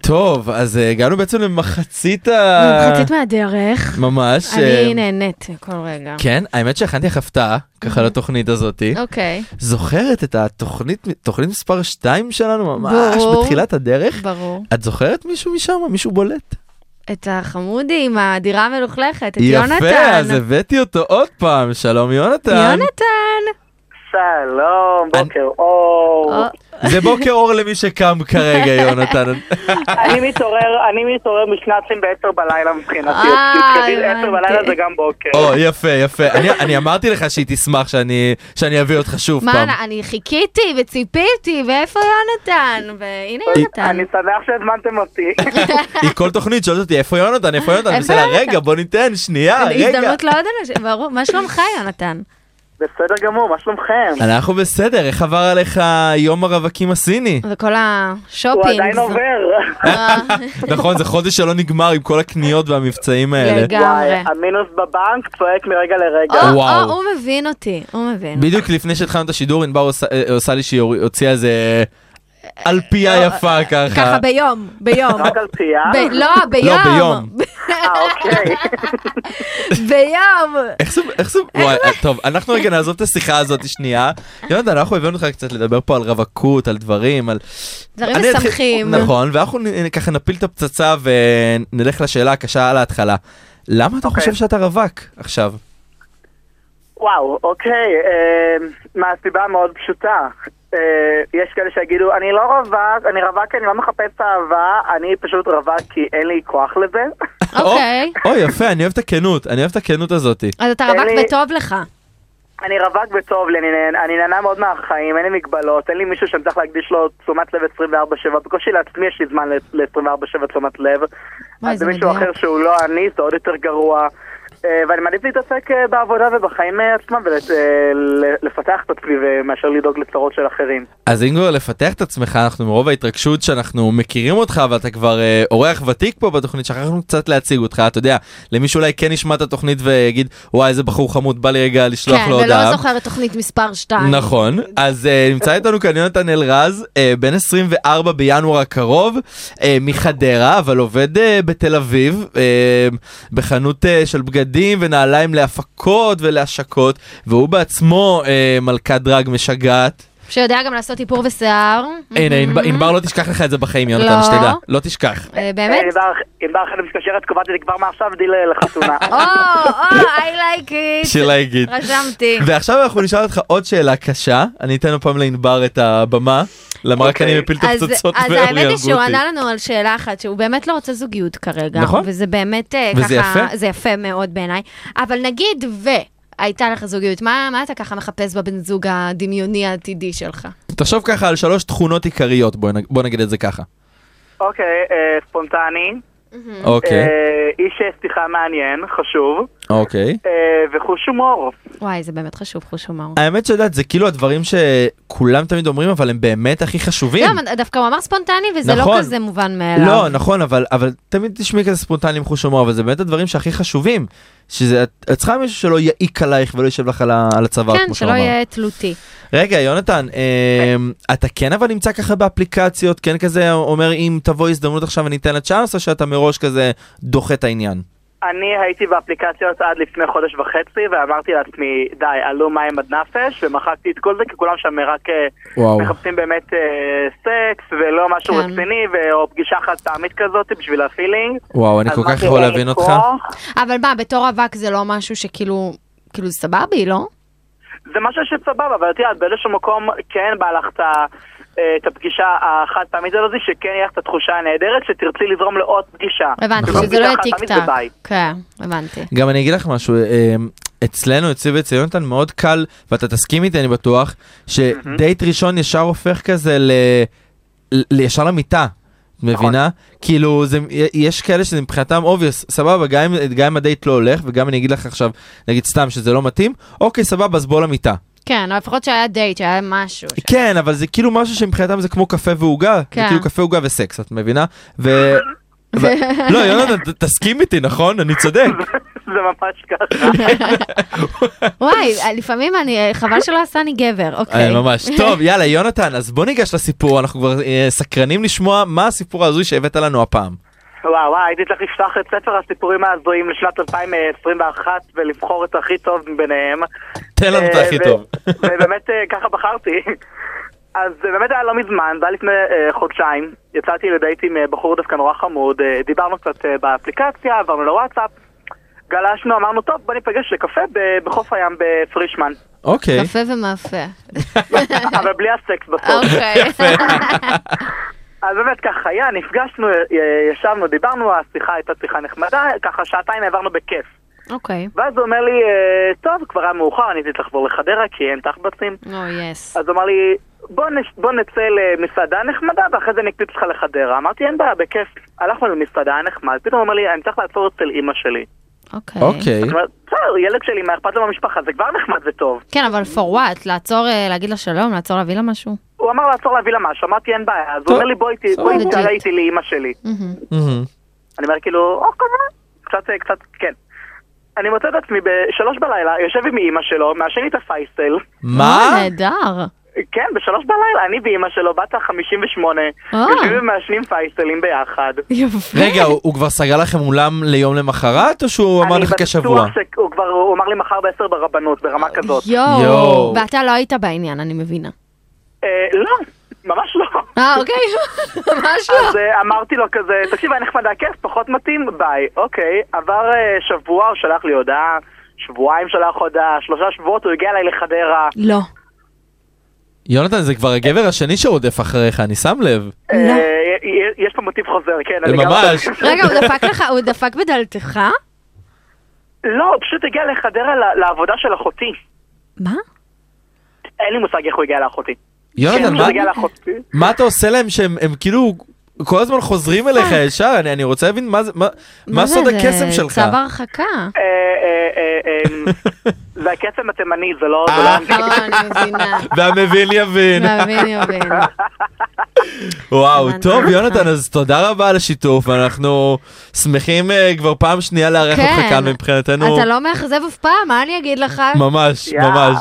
[SPEAKER 4] טוב אז אה, הגענו בעצם למחצית ה...
[SPEAKER 5] מחצית מהדרך.
[SPEAKER 4] ממש.
[SPEAKER 5] אני
[SPEAKER 4] אה,
[SPEAKER 5] נהנית מכל רגע.
[SPEAKER 4] כן, האמת שהכנתי לך הפתעה, ככה לתוכנית הזאתי.
[SPEAKER 5] אוקיי,
[SPEAKER 4] זוכרת את התוכנית, תוכנית מספר 2 שלנו ממש
[SPEAKER 5] ברור.
[SPEAKER 4] בתחילת הדרך?
[SPEAKER 5] ברור.
[SPEAKER 4] את זוכרת מישהו משם? מישהו בולט?
[SPEAKER 5] את החמודי עם הדירה המלוכלכת, את יונתן.
[SPEAKER 4] יפה, אז הבאתי אותו עוד פעם. שלום יונתן.
[SPEAKER 5] יונתן.
[SPEAKER 12] שלום, בוקר אור.
[SPEAKER 5] או,
[SPEAKER 4] זה בוקר אור למי שקם כרגע, יונתן.
[SPEAKER 5] [laughs] אה.
[SPEAKER 12] אני מתעורר, אני מתעורר משנ"צים בעשר בלילה מבחינתי.
[SPEAKER 5] אה,
[SPEAKER 12] מבחינתי
[SPEAKER 5] הבנתי.
[SPEAKER 12] עשר בלילה זה גם בוקר.
[SPEAKER 4] או, יפה, יפה. אני- אני אמרתי לך שהיא תשמח שאני שאני אביא אותך שוב
[SPEAKER 5] מה,
[SPEAKER 4] פעם.
[SPEAKER 5] אני חיכיתי וציפיתי, ואיפה יונתן? והנה יונתן.
[SPEAKER 12] אה, אני שמח שהזמנתם
[SPEAKER 5] [laughs]
[SPEAKER 12] אותי.
[SPEAKER 4] [laughs] היא כל תוכנית שואלת אותי, איפה יונתן? איפה יונתן? אני
[SPEAKER 5] איפה
[SPEAKER 4] בסדר,
[SPEAKER 5] יונתן?
[SPEAKER 4] רגע, בוא ניתן,
[SPEAKER 12] אה,
[SPEAKER 4] שנייה, רגע.
[SPEAKER 5] הזדמנות לעוד אנשים, ברור. מה שלומך, יונתן?
[SPEAKER 12] בסדר גמור, מה שלומכם?
[SPEAKER 4] אנחנו בסדר, איך עבר עליך יום הרווקים
[SPEAKER 5] [laughs]
[SPEAKER 4] הסיני?
[SPEAKER 5] וכל השופינג.
[SPEAKER 12] הוא עדיין עובר.
[SPEAKER 4] נכון, זה חודש שלא נגמר עם כל הקניות והמבצעים האלה.
[SPEAKER 5] לגמרי.
[SPEAKER 12] וואי, המינוס בבנק צועק מרגע לרגע.
[SPEAKER 5] או,
[SPEAKER 4] וואו.
[SPEAKER 5] או, הוא מבין אותי, הוא מבין.
[SPEAKER 4] בדיוק לפני שהתחלנו את השידור, ענבר עושה- אה, עושה לי שהיא הוציאה איזה אלפייה יפה ככה.
[SPEAKER 5] אה, לא, ככה ביום, ביום.
[SPEAKER 12] רק על פייה?
[SPEAKER 5] אה, ב- לא, ביום.
[SPEAKER 4] לא, ביום.
[SPEAKER 12] אה, אוקיי.
[SPEAKER 5] [laughs] ביום.
[SPEAKER 4] איך זה, איך זה, וואי, אה, טוב, אנחנו רגע נעזוב את השיחה הזאת שנייה. יונתן, אנחנו הבאנו אותך קצת לדבר פה על רווקות, על דברים, על...
[SPEAKER 5] דברים
[SPEAKER 4] אני אתחיל-
[SPEAKER 5] משמחים.
[SPEAKER 4] נכון, ואנחנו נ- ככה נפיל את הפצצה ונלך לשאלה הקשה על ההתחלה. למה אתה חושב שאתה רווק עכשיו?
[SPEAKER 12] וואו, אוקיי, אה, מהסיבה המאוד פשוטה. אה, יש כאלה שיגידו, אני לא רווק, אני רווק, כי אני לא מחפש אהבה, אני פשוט רווק כי אין לי כוח לזה. [laughs]
[SPEAKER 5] אוקיי.
[SPEAKER 4] או, או, יפה, אני אוהב את הכנות, אני אוהב את הכנות הזאת.
[SPEAKER 5] אז אתה רווק
[SPEAKER 12] אני-
[SPEAKER 5] וטוב לך.
[SPEAKER 12] אני רווק וטוב לי, אני נהנה- אני נהנה מאוד מהחיים, אין לי מגבלות, אין לי מישהו שאני צריך להקדיש לו תשומת לב 24/7, בקושי לעצמי יש לי זמן ל-24/7 תשומת לב.
[SPEAKER 5] וואי,
[SPEAKER 12] אז
[SPEAKER 5] זה
[SPEAKER 12] מישהו
[SPEAKER 5] מדויק.
[SPEAKER 12] אחר שהוא לא אני, זה עוד יותר גרוע. אה, ואני מעדיף להתעסק אה, בעבודה ובחיים אה, עצמם ולפתח את עצמי אה, מאשר לדאוג לצרות של אחרים.
[SPEAKER 4] אז אם כבר לפתח את עצמך, אנחנו מרוב ההתרגשות שאנחנו מכירים אותך, ואתה כבר אה, אורח ותיק פה בתוכנית, שכחנו קצת להציג אותך, אתה יודע, למישהו אולי כן ישמע את התוכנית ויגיד, וואי, איזה בחור חמוד, בא לי רגע לשלוח
[SPEAKER 5] כן,
[SPEAKER 4] לו הודעה.
[SPEAKER 5] ולא זוכר את תוכנית מספר 2.
[SPEAKER 4] נכון, אז אה, נמצא איתנו כאן יונתן אלרז, אה, בן 24 בינואר הקרוב, אה, מחדרה, אבל עובד אה, בתל אביב, אה, בחנות אה, של בגדים ונעליים להפקות ולהשקות, והוא בעצמו אה, מלכת דרג משגעת.
[SPEAKER 5] שיודע גם לעשות איפור ושיער.
[SPEAKER 4] הנה, ענב- ענבר לא תשכח לך את זה בחיים, יונתן,
[SPEAKER 5] לא.
[SPEAKER 4] שתדע. לא תשכח.
[SPEAKER 5] אה, באמת?
[SPEAKER 12] ענבר- ענבר אחרת מתקשרת, קובעת לי כבר מעכשיו דיל אה,
[SPEAKER 5] [laughs]
[SPEAKER 12] לחתונה.
[SPEAKER 4] [laughs]
[SPEAKER 5] או, או, I like it.
[SPEAKER 4] שילה יגיד.
[SPEAKER 5] רשמתי.
[SPEAKER 4] ועכשיו אנחנו נשאל אותך עוד שאלה קשה, אני אתן הפעם לענבר את הבמה, למה רק
[SPEAKER 12] אוקיי.
[SPEAKER 4] אני מפיל את
[SPEAKER 5] אז
[SPEAKER 4] הפצצות
[SPEAKER 5] אז
[SPEAKER 4] והם
[SPEAKER 5] האמת
[SPEAKER 4] יהרגו
[SPEAKER 5] היא שהוא
[SPEAKER 4] אותי.
[SPEAKER 5] ענה לנו על שאלה אחת, שהוא באמת לא רוצה זוגיות כרגע.
[SPEAKER 4] נכון.
[SPEAKER 5] וזה באמת אה, ככה...
[SPEAKER 4] וזה יפה.
[SPEAKER 5] זה יפה מאוד בעיניי. אבל נגיד ו... הייתה לך זוגיות, מה, מה אתה ככה מחפש בבן זוג הדמיוני העתידי שלך?
[SPEAKER 4] תחשוב ככה על שלוש תכונות עיקריות, בוא נג- בוא נגיד את זה ככה.
[SPEAKER 5] Mm.
[SPEAKER 12] אוקיי, אה, ספונטני,
[SPEAKER 4] אוקיי,
[SPEAKER 12] אה, איש אה, שיחה מעניין, חשוב,
[SPEAKER 4] אוקיי.
[SPEAKER 12] אה, וחוש הומור.
[SPEAKER 5] וואי, זה באמת חשוב, חוש הומור.
[SPEAKER 4] האמת שאת יודעת, זה כאילו הדברים שכולם תמיד אומרים, אבל הם באמת הכי חשובים.
[SPEAKER 5] לא, דווקא הוא אמר ספונטני, וזה לא
[SPEAKER 4] נכון.
[SPEAKER 5] כזה מובן מאליו.
[SPEAKER 4] לא, נכון, אבל, אבל תמיד תשמעי כזה ספונטני עם חוש הומור, אבל זה באמת הדברים שהכי חשובים. שזה, את את צריכה מישהו שלא יעיק עלייך ולא יישב לך על ה- על הצוואר,
[SPEAKER 5] כן,
[SPEAKER 4] כמו
[SPEAKER 5] שלא
[SPEAKER 4] שהוא אמר.
[SPEAKER 5] יהיה תלותי.
[SPEAKER 4] רגע, יונתן, אמ, אתה כן אבל נמצא ככה באפליקציות, כן כזה אומר אם תבוא הזדמנות עכשיו אני אתן לה צ'אנס, או שאתה מראש כזה דוחה את העניין?
[SPEAKER 12] אני הייתי באפליקציות עד לפני חודש וחצי, ואמרתי לעצמי, די, עלו מים עד נפש, ומחקתי את כל זה, כי כולם שם רק אה,
[SPEAKER 4] וואו.
[SPEAKER 12] מחפשים באמת אה, סקס, ולא משהו
[SPEAKER 5] כן.
[SPEAKER 12] רציני, ו- או פגישה חד פעמית כזאת בשביל הפילינג.
[SPEAKER 4] וואו, אני
[SPEAKER 12] אז
[SPEAKER 4] כל כך
[SPEAKER 12] אמרתי,
[SPEAKER 4] יכול
[SPEAKER 12] אה,
[SPEAKER 4] להבין
[SPEAKER 12] פה-
[SPEAKER 4] אותך.
[SPEAKER 5] אבל מה, בתור אבק זה לא משהו שכאילו, כאילו זה סבבי, לא?
[SPEAKER 12] זה משהו שסבבה, אבל את יודעת, באיזשהו מקום כן בא לך את ה- אה, את הפגישה החד פעמית הזאת, שכן יהיה לך את התחושה הנהדרת, שתרצי לזרום לעוד פגישה.
[SPEAKER 5] הבנתי,
[SPEAKER 4] נכון.
[SPEAKER 12] במקום
[SPEAKER 5] שזה לא יהיה
[SPEAKER 12] פגישה
[SPEAKER 5] טיק
[SPEAKER 12] חד-פעמית נכון, זה
[SPEAKER 5] טק.
[SPEAKER 12] ביי.
[SPEAKER 5] כן, הבנתי.
[SPEAKER 4] גם אני אגיד לך משהו, אמ, אצלנו, אצלי ואצל יונתן, מאוד קל, ואתה תסכים איתי, אני בטוח, שדייט ראשון ישר הופך כזה ל... ל- לישר למיטה. את מבינה? כאילו, זה, יש כאלה שזה מבחינתם obvious, סבבה, גם אם- גם אם הדייט לא הולך, וגם אני אגיד לך עכשיו, נגיד סתם שזה לא מתאים, אוקיי, סבבה, אז בוא למיטה.
[SPEAKER 5] כן, אבל לפחות שהיה דייט, שהיה משהו.
[SPEAKER 4] [laughs]
[SPEAKER 5] ש-
[SPEAKER 4] כן, אבל זה כאילו משהו שמבחינתם זה כמו קפה ועוגה, זה
[SPEAKER 5] כן.
[SPEAKER 4] כאילו קפה עוגה וסקס, את מבינה? ו... ו- לא, יונתן, ת- תסכים איתי, נכון? אני צודק.
[SPEAKER 12] [laughs] זה ממש ככה.
[SPEAKER 5] וואי, לפעמים אני, חבל שלא עשני גבר,
[SPEAKER 4] אה,
[SPEAKER 5] אוקיי.
[SPEAKER 4] ממש. טוב, יאללה, יונתן, אז בוא ניגש לסיפור, אנחנו כבר אה, סקרנים לשמוע מה הסיפור ההזוי שהבאת לנו הפעם.
[SPEAKER 12] וואו, וואו, הייתי צריך לפתוח את ספר הסיפורים ההזויים לשנת 2021 ולבחור את הכי טוב מביניהם.
[SPEAKER 4] תן לנו את
[SPEAKER 12] אה,
[SPEAKER 4] הכי
[SPEAKER 12] ו- [laughs]
[SPEAKER 4] טוב.
[SPEAKER 12] ובאמת אה, ככה בחרתי. אז זה באמת היה לא מזמן, זה היה לפני אה, חודשיים. יצאתי לדייט עם אה, בחור דווקא נורא חמוד, אה, דיברנו קצת אה, באפליקציה, עברנו לוואטסאפ, גלשנו, אמרנו, טוב, בוא ניפגש לקפה ב- בחוף הים בפרישמן.
[SPEAKER 4] אוקיי.
[SPEAKER 5] יפה
[SPEAKER 4] [laughs]
[SPEAKER 5] ומאפה.
[SPEAKER 12] אבל בלי הסקס בסוף.
[SPEAKER 5] אוקיי.
[SPEAKER 12] אז באמת ככה היה, נפגשנו, אה, ישבנו, דיברנו, השיחה הייתה שיחה נחמדה, ככה שעתיים העברנו בכיף.
[SPEAKER 5] [laughs] אוקיי.
[SPEAKER 12] ואז הוא אומר לי, אה, טוב, כבר היה מאוחר, אני הייתי צריך לחזור לחדרה כי אין תחבצים.
[SPEAKER 5] או, יס.
[SPEAKER 12] אז הוא אמר לי, בוא, נש... בוא נצא למסעדה נחמדה ואחרי זה אני אקפיץ אותך לחדרה. אמרתי, אין בעיה, בכיף. הלכנו למסעדה נחמד, פתאום הוא אומר לי, אני צריך לעצור אצל אימא שלי.
[SPEAKER 4] אה?
[SPEAKER 5] אוקיי.
[SPEAKER 4] אוקיי.
[SPEAKER 12] זאת אומרת, בסדר, ילד שלי, מה אכפת לו במשפחה, זה כבר נחמד וטוב.
[SPEAKER 5] כן, אבל for what? לעצור, אה, להגיד לה שלום? לעצור להביא לה משהו?
[SPEAKER 12] הוא אמר לעצור להביא לה משהו, אמרתי, אין בעיה. אז
[SPEAKER 4] טוב,
[SPEAKER 12] הוא אומר לי, בוא איתי,
[SPEAKER 4] סבבה.
[SPEAKER 12] בוא איתי,
[SPEAKER 5] Legit.
[SPEAKER 12] תעלה איתי לאימא שלי.
[SPEAKER 5] מהמם.
[SPEAKER 4] מהמם.
[SPEAKER 12] אני אומר, כאילו, או, כמובן, קצת, אה, קצת, כן. אני מוצא את עצמי בשלוש בלילה, יושב עם אימא שלו, מעשן איתה פייסל.
[SPEAKER 5] לא
[SPEAKER 4] מה?
[SPEAKER 5] אוי, נהדר.
[SPEAKER 12] כן, בשלוש בלילה, אני ואימא שלו, בת ה-58,
[SPEAKER 5] אה.
[SPEAKER 12] יושבים ומעשנים פייסלים ביחד.
[SPEAKER 5] יפה.
[SPEAKER 4] רגע, הוא הוא כבר סגר לכם אולם ליום למחרת, או שהוא אמר
[SPEAKER 12] אני
[SPEAKER 4] לך
[SPEAKER 12] בטוח
[SPEAKER 4] כשבוע?
[SPEAKER 12] ש- הוא כבר, הוא אמר לי מחר ב-10 ברבנות,
[SPEAKER 5] אה,
[SPEAKER 12] ברמה כזאת.
[SPEAKER 5] [laughs] יואו.
[SPEAKER 4] יואו.
[SPEAKER 5] ואתה לא היית בעניין, אני מבינה.
[SPEAKER 12] אה, לא, ממש לא.
[SPEAKER 5] [laughs] אה, אוקיי. ממש לא.
[SPEAKER 12] אז אה, אמרתי לו כזה, תקשיב, היה נחמד, היה כיף, פחות מתאים, ביי. אוקיי, עבר אה, שבוע, הוא שלח לי הודעה, שבועיים שלח הודעה, שלושה שבועות, הוא הגיע אליי לחדרה.
[SPEAKER 5] [laughs] לא.
[SPEAKER 4] יונתן, זה כבר הגבר השני שרודף אחריך, אני שם לב.
[SPEAKER 12] אה,
[SPEAKER 5] לא.
[SPEAKER 12] אה, יש פה מוטיב חוזר, כן, אני גם...
[SPEAKER 4] ממש.
[SPEAKER 12] [laughs]
[SPEAKER 5] רגע, הוא דפק לך, הוא דפק בדלתך?
[SPEAKER 12] לא, הוא פשוט הגיע לחדרה ל- לעבודה של אחותי.
[SPEAKER 5] מה?
[SPEAKER 12] אין לי מושג איך הוא הגיע לאחותי. כן,
[SPEAKER 4] יונתן,
[SPEAKER 12] הוא
[SPEAKER 4] לא מה-
[SPEAKER 12] הגיע לאחותי.
[SPEAKER 4] מה אתה עושה להם שהם הם כאילו כל הזמן חוזרים אליך ישר? אני- אני רוצה להבין מה זה- מה- מה
[SPEAKER 5] זה?
[SPEAKER 4] סוד
[SPEAKER 5] זה
[SPEAKER 4] הקסם שלך.
[SPEAKER 5] צו הרחקה. [laughs]
[SPEAKER 12] אה, אה, אה, אה, זה הקסם התימני, זה לא... זה לא
[SPEAKER 4] אה.
[SPEAKER 12] אנגלית.
[SPEAKER 5] לא, אני מבינה.
[SPEAKER 4] והמבין
[SPEAKER 5] [laughs]
[SPEAKER 4] יבין.
[SPEAKER 5] מבין, מבין.
[SPEAKER 4] וואו,
[SPEAKER 5] הבנתי
[SPEAKER 4] טוב
[SPEAKER 5] אותך.
[SPEAKER 4] יונתן, אז תודה רבה על השיתוף, ואנחנו שמחים אה, כבר פעם שנייה לארח אותך
[SPEAKER 5] כן.
[SPEAKER 4] כאן מבחינתנו.
[SPEAKER 5] אתה לא מאכזב אף פעם, מה אני אגיד לך?
[SPEAKER 4] ממש,
[SPEAKER 12] יאה.
[SPEAKER 4] ממש.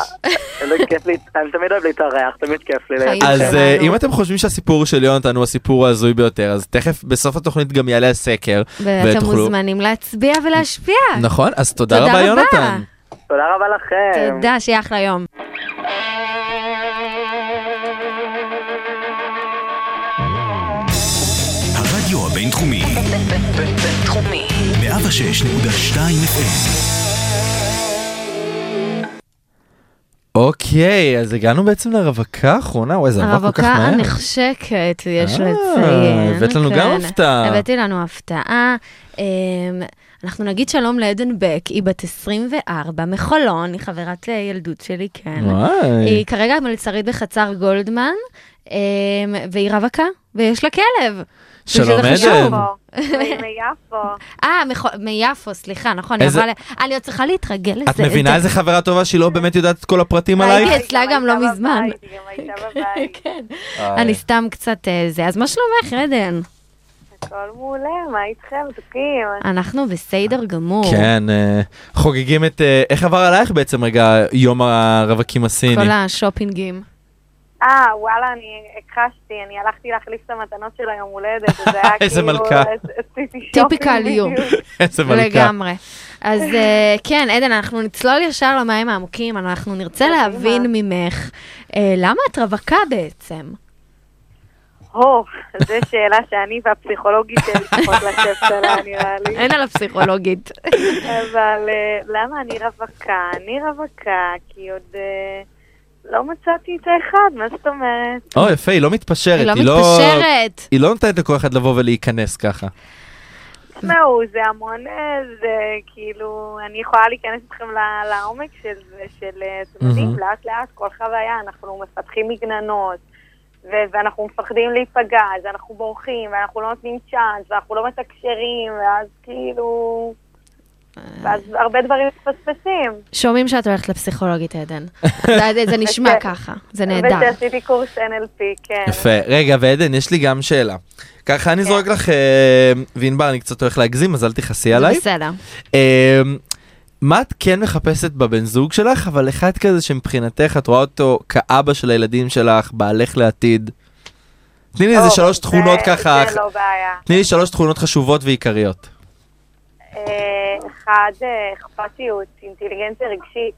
[SPEAKER 12] איזה כיף לי, אני תמיד אוהב להתארח, תמיד כיף לי.
[SPEAKER 5] חיים.
[SPEAKER 4] אז
[SPEAKER 5] שלנו.
[SPEAKER 4] אה, אם אתם חושבים שהסיפור של יונתן הוא הסיפור ההזוי ביותר, אז תכף בסוף התוכנית גם יעלה הסקר.
[SPEAKER 5] ואתם מוזמנים להצביע ולהשפיע.
[SPEAKER 4] לא. נכון, אז תודה
[SPEAKER 5] תודה
[SPEAKER 4] רבה
[SPEAKER 5] רבה.
[SPEAKER 4] יונתן.
[SPEAKER 12] תודה רבה לכם.
[SPEAKER 5] תודה, שיהיה אחלה יום.
[SPEAKER 1] הרדיו הבינתחומי,
[SPEAKER 2] בינתחומי.
[SPEAKER 1] 106.2 FM,
[SPEAKER 4] אוקיי, אז הגענו בעצם לרווקה האחרונה, וואי, זה עבר כל כך
[SPEAKER 5] הרווקה
[SPEAKER 4] מהר.
[SPEAKER 5] הנחשקת, יש
[SPEAKER 4] אה,
[SPEAKER 5] לציין.
[SPEAKER 4] הבאת לנו גם
[SPEAKER 5] כן.
[SPEAKER 4] הפתעה.
[SPEAKER 5] הבאתי לנו הפתעה. אמ, אנחנו נגיד שלום לעדן בק, היא בת 24 מחולון, היא חברת אה, ילדות שלי, כן.
[SPEAKER 4] וואי.
[SPEAKER 5] היא כרגע מלצרית בחצר גולדמן, אמ, והיא רווקה, ויש לה כלב.
[SPEAKER 4] שלום
[SPEAKER 5] שזה
[SPEAKER 4] עדן.
[SPEAKER 5] חשוב.
[SPEAKER 9] והיא
[SPEAKER 5] [laughs]
[SPEAKER 9] מיפו.
[SPEAKER 5] אה, מחו- מיפו, סליחה, נכון, היא
[SPEAKER 4] איזה-
[SPEAKER 5] עברה ל... אני עוד צריכה להתרגל לזה.
[SPEAKER 4] את מבינה איזה חברה טובה שהיא לא באמת יודעת את כל הפרטים עלייך?
[SPEAKER 5] הייתי אצלה גם לא
[SPEAKER 9] הייתה
[SPEAKER 5] מזמן.
[SPEAKER 9] בבית,
[SPEAKER 5] [laughs] כן.
[SPEAKER 9] היא גם הייתה בבית.
[SPEAKER 5] אני סתם קצת אה, זה. אז מה שלומך, עדן?
[SPEAKER 9] הכל מעולה, מה איתכם? מתוקים.
[SPEAKER 5] אנחנו בסדר גמור.
[SPEAKER 4] כן, אה, חוגגים את... אה, איך עבר עלייך בעצם רגע יום הרווקים הסיני?
[SPEAKER 5] כל השופינגים.
[SPEAKER 9] אה, וואלה, אני הכחשתי, אני הלכתי להחליף את המתנות של היום הולדת,
[SPEAKER 4] [laughs]
[SPEAKER 9] וזה היה כאילו...
[SPEAKER 4] איזה מלכה.
[SPEAKER 9] עשיתי שופינג
[SPEAKER 5] טיפיקל יו.
[SPEAKER 9] בדיוק.
[SPEAKER 4] [laughs] איזה מלכה.
[SPEAKER 5] לגמרי. אז אה, כן, עדן, אנחנו נצלול ישר למים העמוקים, אנחנו נרצה להבין ממך, אה, למה את רווקה בעצם?
[SPEAKER 9] הו, זו שאלה שאני והפסיכולוגית שלי צריכות לשבת עליה, נראה לי.
[SPEAKER 5] אין על
[SPEAKER 4] [laughs]
[SPEAKER 5] הפסיכולוגית.
[SPEAKER 9] אבל אה, למה אני רווקה? אני רווקה כי עוד אה, לא מצאתי את האחד, מה זאת אומרת?
[SPEAKER 5] [laughs]
[SPEAKER 4] או, יפה, היא לא מתפשרת.
[SPEAKER 5] היא לא מתפשרת. כן.
[SPEAKER 4] היא לא נותנת לכל אחד לבוא ולהיכנס ככה.
[SPEAKER 9] זהו, לא, זה המון, אה, זה כאילו, אני יכולה להיכנס איתכם ל- לעומק של זה, של, אה, אתם יודעים, לאט לאט כל חוויה, אנחנו מפתחים מגננות, ו- ואנחנו מפחדים להיפגע, אז אנחנו בורחים, ואנחנו לא נותנים צ'אנס, ואנחנו לא מתקשרים, ואז כאילו...
[SPEAKER 5] אה.
[SPEAKER 9] ואז הרבה דברים מתפספסים.
[SPEAKER 5] שומעים שאת הולכת לפסיכולוגית, עדן.
[SPEAKER 4] [laughs]
[SPEAKER 5] זה- זה נשמע
[SPEAKER 9] וש-
[SPEAKER 5] ככה, כן. זה נהדר.
[SPEAKER 9] ושעשיתי קורס NLP, כן.
[SPEAKER 4] יפה. רגע, ועדן, יש לי גם שאלה. ככה
[SPEAKER 5] כן.
[SPEAKER 4] אני זורק לך, אה, וענבר, אני קצת הולך להגזים, אז אל תכעסי
[SPEAKER 5] זה
[SPEAKER 4] עליי.
[SPEAKER 5] בסדר.
[SPEAKER 4] אה, מה את כן מחפשת בבן זוג שלך, אבל אחד כזה שמבחינתך את רואה אותו כאבא של הילדים שלך, בעלך לעתיד? תני לי איזה
[SPEAKER 9] או,
[SPEAKER 4] שלוש
[SPEAKER 9] זה-
[SPEAKER 4] תכונות ככה,
[SPEAKER 9] זה לא בעיה.
[SPEAKER 4] תני לי שלוש תכונות חשובות ועיקריות.
[SPEAKER 9] אה, אחד, אה, אכפתיות, אינטליגנציה רגשית.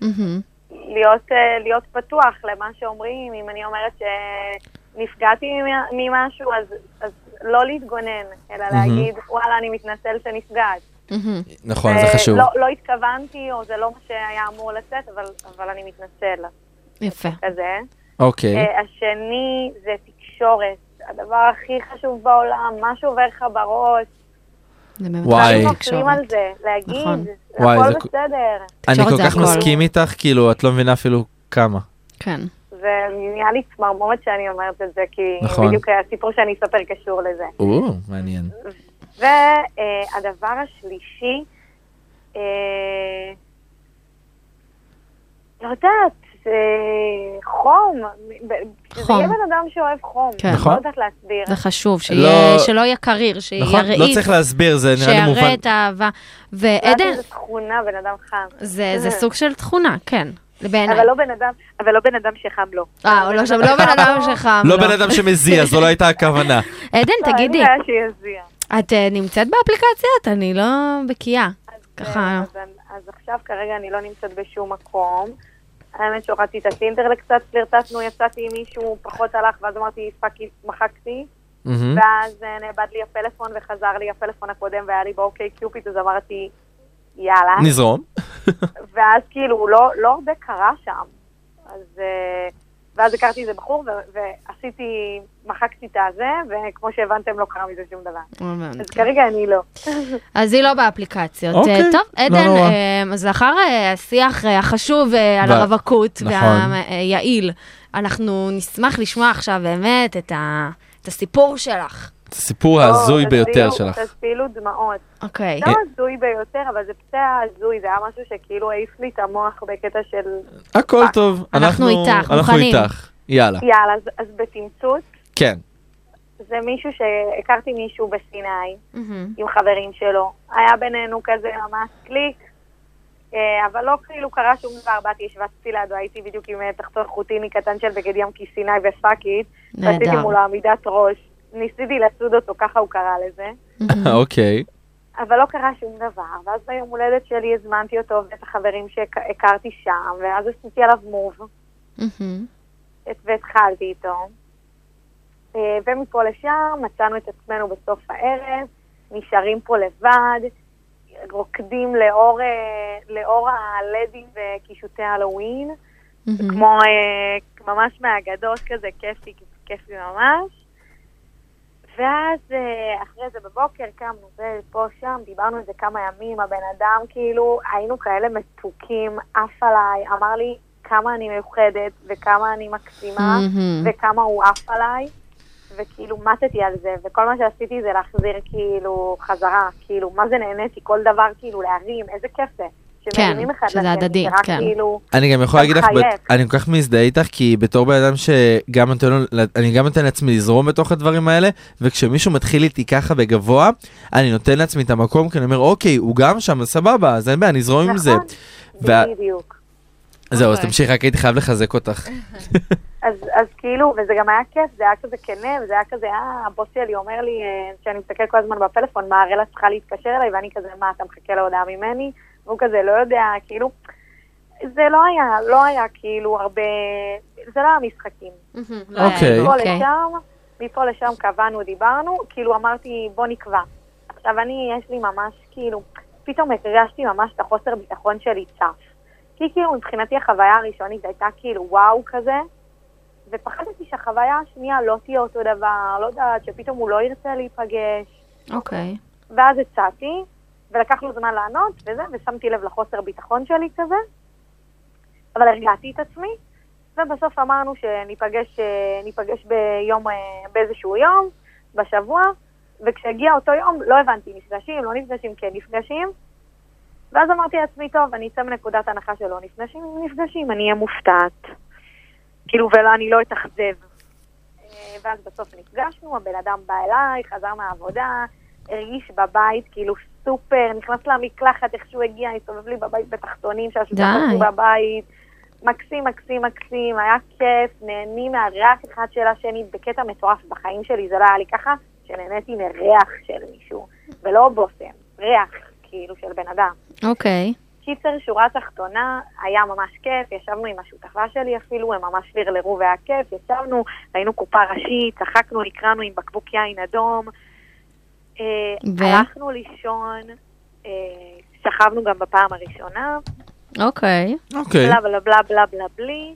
[SPEAKER 5] מהמם.
[SPEAKER 9] להיות, אה, להיות פתוח למה שאומרים, אם אני אומרת שנפגעתי ממ- ממשהו, אז, אז לא להתגונן, אלא להגיד, וואלה, אני מתנצל שנפגעת.
[SPEAKER 5] מהמם.
[SPEAKER 4] נכון,
[SPEAKER 9] אה,
[SPEAKER 4] זה חשוב.
[SPEAKER 9] לא, לא התכוונתי, או זה לא מה שהיה אמור לצאת, אבל, אבל אני מתנצל,
[SPEAKER 5] יפה.
[SPEAKER 9] כזה.
[SPEAKER 4] אוקיי.
[SPEAKER 9] אה, השני זה תקשורת, הדבר הכי חשוב בעולם, מה שעובר לך בראש,
[SPEAKER 5] זה באמת
[SPEAKER 4] וואי.
[SPEAKER 5] חשוב
[SPEAKER 9] דברים
[SPEAKER 5] תקשורת.
[SPEAKER 9] נופלים על זה,
[SPEAKER 5] נכון.
[SPEAKER 9] להגיד,
[SPEAKER 4] וואי,
[SPEAKER 9] הכל
[SPEAKER 4] זה-
[SPEAKER 9] בסדר.
[SPEAKER 4] אני
[SPEAKER 5] תקשורת
[SPEAKER 4] כל
[SPEAKER 5] זה
[SPEAKER 4] כך
[SPEAKER 5] הכל.
[SPEAKER 4] מסכים איתך, כאילו, את לא מבינה אפילו כמה.
[SPEAKER 5] כן.
[SPEAKER 9] זה נהיה לי צמרמורת שאני אומרת את זה, כי
[SPEAKER 4] נכון.
[SPEAKER 9] בדיוק הסיפור שאני אספר קשור לזה.
[SPEAKER 4] או, מעניין.
[SPEAKER 5] אה,
[SPEAKER 9] והדבר השלישי, אה, לא יודעת, זה חום.
[SPEAKER 5] חום.
[SPEAKER 9] חום. יהיה בן אדם שאוהב חום.
[SPEAKER 5] כן.
[SPEAKER 4] נכון.
[SPEAKER 9] לא יודעת להסביר.
[SPEAKER 5] זה חשוב,
[SPEAKER 4] לא-
[SPEAKER 5] שיהיה- שלא יהיה קריר,
[SPEAKER 4] נכון?
[SPEAKER 5] שיהיה
[SPEAKER 4] לא
[SPEAKER 5] רהיט,
[SPEAKER 4] צריך להסביר, זה נראה לי
[SPEAKER 5] שיראה
[SPEAKER 4] מובן.
[SPEAKER 5] את האהבה.
[SPEAKER 9] לדעתי
[SPEAKER 5] ועדן,
[SPEAKER 9] זה לא תכונה, בן אדם חם. אה,
[SPEAKER 5] זה זה סוג של תכונה, כן. בעיניי.
[SPEAKER 9] אבל לא בן אדם, אבל לא בן אדם שחם לו.
[SPEAKER 5] אה, לא שם, לא בן
[SPEAKER 9] [laughs]
[SPEAKER 5] אדם שחם.
[SPEAKER 4] לא בן אדם שמזיע, זו לא הייתה הכוונה.
[SPEAKER 5] עדן,
[SPEAKER 9] לא, אין
[SPEAKER 5] תגידי,
[SPEAKER 9] לי בעיה שיזיע.
[SPEAKER 5] את אה, נמצאת באפליקציות? אני לא בקיאה. ככה.
[SPEAKER 9] אז אני- אז עכשיו כרגע אני לא נמצאת בשום מקום. האמת שהורדתי את הטינדר לקצת, פלרטטנו, יצאתי עם מישהו, פחות הלך, ואז אמרתי, פאק, איט", מחקתי.
[SPEAKER 4] Mm-hmm. מהמם.
[SPEAKER 9] ואז אה, נאבד לי הפלאפון וחזר לי הפלאפון הקודם והיה לי באוקיי קיופיד, אז אמרתי, יאללה.
[SPEAKER 4] נזרום.
[SPEAKER 9] ואז כאילו, לא, לא הרבה קרה שם. אז... אה, ואז הכרתי איזה בחור, ו- ועשיתי, מחקתי את הזה, וכמו שהבנתם, לא קרה מזה שום דבר. אז כרגע אני לא.
[SPEAKER 5] אז היא לא באפליקציות.
[SPEAKER 4] אוקיי,
[SPEAKER 5] אה, טוב,
[SPEAKER 4] לא
[SPEAKER 5] עדן,
[SPEAKER 4] נורא.
[SPEAKER 5] אה, אז לאחר אה, השיח אה, החשוב אה, על
[SPEAKER 4] ו-
[SPEAKER 5] הרווקות
[SPEAKER 4] נכון.
[SPEAKER 5] והיעיל, אנחנו נשמח לשמוע עכשיו באמת את ה- את הסיפור שלך. לא,
[SPEAKER 4] הסיפור ההזוי
[SPEAKER 9] או,
[SPEAKER 4] ביותר
[SPEAKER 9] תצילו-
[SPEAKER 4] שלך.
[SPEAKER 9] תצילו כאילו, דמעות.
[SPEAKER 5] אוקיי.
[SPEAKER 9] לא הזוי ביותר, אבל זה פצע הזוי, זה היה משהו שכאילו העיף לי את המוח בקטע של
[SPEAKER 4] הכל טוב.
[SPEAKER 5] אנחנו איתך,
[SPEAKER 4] אנחנו
[SPEAKER 5] מוכנים.
[SPEAKER 4] איתך. יאללה.
[SPEAKER 9] יאללה, אז, אז בתמצות,
[SPEAKER 4] כן.
[SPEAKER 9] זה מישהו שהכרתי מישהו בסיני
[SPEAKER 5] מהמם.
[SPEAKER 9] עם חברים שלו. היה בינינו כזה ממש קליק, אה, אבל לא כאילו קרה שום דבר, באתי, ישבתי לידו, הייתי בדיוק עם אה, תחתון חוטיני קטן של בגד ים כסיני ופאקית, ועשיתי
[SPEAKER 5] נהדר.
[SPEAKER 9] מולו עמידת ראש. ניסיתי לצוד אותו, ככה הוא קרא לזה.
[SPEAKER 4] אוקיי.
[SPEAKER 9] אבל לא קרה שום דבר, ואז ביום הולדת שלי הזמנתי אותו ואת החברים שהכרתי שם, ואז עשיתי עליו מוב.
[SPEAKER 5] מהמם.
[SPEAKER 9] את- והתחלתי איתו. אה, ומפה לשם מצאנו את עצמנו בסוף הערב, נשארים פה לבד, רוקדים לאור, אה, לאור הלדים וקישוטי הלואוין,
[SPEAKER 5] מהמם.
[SPEAKER 9] כמו אה, ממש מהאגדות כזה, כיפי, כיפי ממש. ואז אה, אחרי זה בבוקר קמנו ופה שם, דיברנו על זה כמה ימים, הבן אדם כאילו, היינו כאלה מתוקים, עף עליי, אמר לי כמה אני מיוחדת וכמה אני מקסימה
[SPEAKER 5] מהמם.
[SPEAKER 9] וכמה הוא עף עליי, וכאילו מתתי על זה, וכל מה שעשיתי זה להחזיר כאילו חזרה, כאילו מה זה נהניתי, כל דבר כאילו להרים, איזה כיף זה. שמרימים
[SPEAKER 5] כן,
[SPEAKER 9] אחד
[SPEAKER 5] שזה
[SPEAKER 9] לשני,
[SPEAKER 5] הדדי,
[SPEAKER 9] שרק
[SPEAKER 5] כן.
[SPEAKER 9] כאילו...
[SPEAKER 4] אני גם יכול
[SPEAKER 9] אתה
[SPEAKER 4] להגיד לך,
[SPEAKER 9] מחייך.
[SPEAKER 4] בת- אני כל כך מזדהה איתך, כי בתור בן אדם שגם נותן, לו- אני גם נותן לעצמי לזרום בתוך הדברים האלה, וכשמישהו מתחיל איתי ככה בגבוה, אני נותן לעצמי את המקום, כי אני אומר, אוקיי, הוא גם שם, אז סבבה, אז אין בעיה, נזרום עם זה.
[SPEAKER 9] נכון,
[SPEAKER 4] וה-
[SPEAKER 9] בדיוק.
[SPEAKER 4] זהו, אז
[SPEAKER 5] אוקיי.
[SPEAKER 4] תמשיך, רק הייתי חייב לחזק אותך.
[SPEAKER 9] אז, אז כאילו, וזה גם היה כיף, זה היה כזה כנה, וזה היה כזה, אה, הבוס שלי אומר לי, אה, שאני מסתכל כל הזמן בפלאפון, מה הראלה צריכה להתקשר אליי, ואני כזה, מה, אתה מחכה להודעה ממני? והוא כזה, לא יודע, כאילו, זה לא היה, לא היה כאילו הרבה, זה לא היה משחקים.
[SPEAKER 4] אוקיי.
[SPEAKER 9] מפה
[SPEAKER 5] אוקיי.
[SPEAKER 9] לשם, מפה לשם קבענו, דיברנו, כאילו אמרתי, בוא נקבע. עכשיו אני, יש לי ממש, כאילו, פתאום הרגשתי ממש את החוסר ביטחון שלי צף. כי כאילו, מבחינתי החוויה הראשונית הייתה כאילו וואו כזה, ופחדתי שהחוויה השנייה לא תהיה אותו דבר, לא יודעת, שפתאום הוא לא ירצה להיפגש.
[SPEAKER 5] אוקיי.
[SPEAKER 9] ואז הצעתי, ולקח לו זמן לענות, וזה, ושמתי לב לחוסר ביטחון שלי כזה, אבל הרגעתי את עצמי, ובסוף אמרנו שניפגש אה, ניפגש ביום, אה, באיזשהו יום, בשבוע, וכשהגיע אותו יום, לא הבנתי, נפגשים, לא נפגשים, כן נפגשים, ואז אמרתי לעצמי, טוב, אני אצא מנקודת הנחה שלא נפגשים, אם נפגשים, אני אהיה מופתעת. כאילו, ואני לא אתאכזב. אה, ואז בסוף נפגשנו, הבן אדם בא אליי, חזר מהעבודה, הרגיש בבית, כאילו סופר, נכנס למקלחת, איך שהוא הגיע, הסתובב לי בבית בתחתונים, שהשותף
[SPEAKER 5] די.
[SPEAKER 9] עשו בבית. מקסים, מקסים, מקסים, היה כיף, נהנים מהריח אחד של השני, בקטע מטורף בחיים שלי, זה לא היה לי ככה, שנהניתי מריח של מישהו, ולא בושם, ריח, כאילו, של בן אדם.
[SPEAKER 5] אוקיי.
[SPEAKER 9] קיצר, שורה תחתונה, היה ממש כיף, ישבנו עם השותפה שלי אפילו, הם ממש לרלרו והיה כיף, ישבנו, ראינו קופה ראשית, צחקנו, נקרענו עם בקבוק יין אדום. אה,
[SPEAKER 5] ו?
[SPEAKER 9] הלכנו לישון, אה, שכבנו גם בפעם הראשונה,
[SPEAKER 5] אוקיי.
[SPEAKER 4] אוקיי.
[SPEAKER 9] בלה בלה בלה בלה בלה בלי.